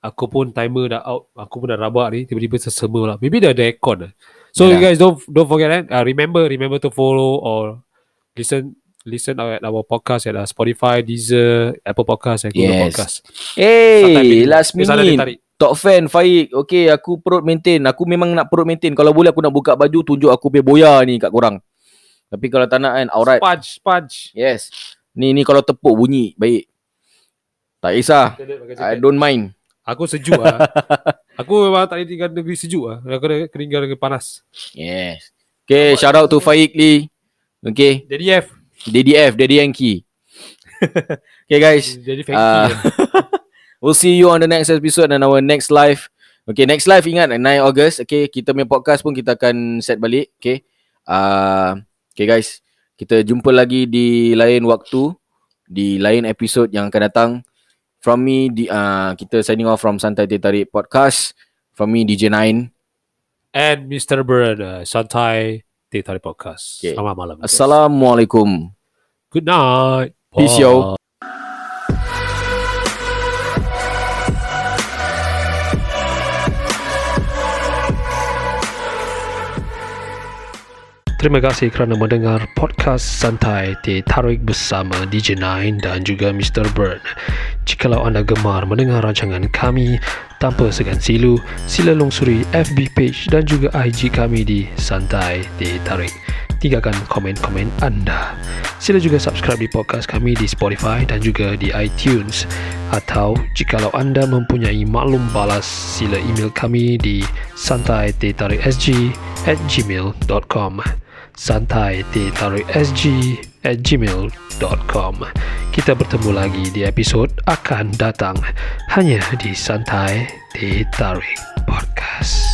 Speaker 5: Aku pun timer dah out. Aku pun dah rabak ni. Tiba-tiba sesema lah. Maybe dah ada aircon lah. So
Speaker 7: Yalah.
Speaker 5: you guys don't don't forget that. Uh, remember remember to follow or listen listen at our podcast at uh, Spotify, Deezer, Apple Podcast and Google
Speaker 7: Yes.
Speaker 5: Podcast. Santai
Speaker 7: Hey,
Speaker 5: bidding.
Speaker 7: last
Speaker 5: Eh, salah dia
Speaker 7: minute.
Speaker 5: tarik.
Speaker 7: Top fan Faik Okay aku perut maintain Aku memang nak perut maintain Kalau boleh aku nak buka baju Tunjuk aku punya boya ni kat korang Tapi kalau tak nak kan Alright
Speaker 5: Punch, punch.
Speaker 7: Yes. Ni ni kalau tepuk bunyi baik. Tak kisah. I don't mind.
Speaker 5: Aku sejuk
Speaker 8: ah.
Speaker 5: lah. aku memang tak boleh tinggal negeri sejuk lah. Aku kena kena tinggal negeri panas.
Speaker 7: Yes. Okay, shout out to Faik Lee. Okay,
Speaker 5: Jadi F.
Speaker 7: DDF, Daddy Yankee. okay guys,
Speaker 5: Jadi Fanky.
Speaker 7: uh,
Speaker 5: Uh,
Speaker 7: we'll see you on the next episode and our next live. Okay, next live ingat 9 Ogos. Okay, kita punya podcast pun kita akan set balik. Okay. Uh, okay guys, kita jumpa lagi di lain waktu, di lain episod yang akan datang. From me, di, uh, kita signing off from Santai Teh Tarik Podcast. From me, DJ9.
Speaker 8: And Mr. Burn, uh, Santai Teh Tarik Podcast.
Speaker 7: Okay.
Speaker 8: Selamat malam. guys.
Speaker 7: Assalamualaikum.
Speaker 8: Good night.
Speaker 7: Peace,
Speaker 5: Oh.
Speaker 7: yo.
Speaker 8: Terima kasih kerana mendengar podcast santai Teh Tarik bersama DJ Nine dan juga Mr. Bird. Jikalau anda gemar mendengar rancangan kami tanpa segan silu, sila longsuri FB page dan juga IG kami di Santai Teh Tarik. Tinggalkan komen-komen anda. Sila juga subscribe di podcast kami di Spotify dan juga di iTunes. Atau jikalau anda mempunyai maklum balas, sila email kami di santaitetarik.sg at gmail.com santaitetarik.sg at gmail.com Kita bertemu lagi di episod akan datang hanya di Santai Teh Tarik Podcast.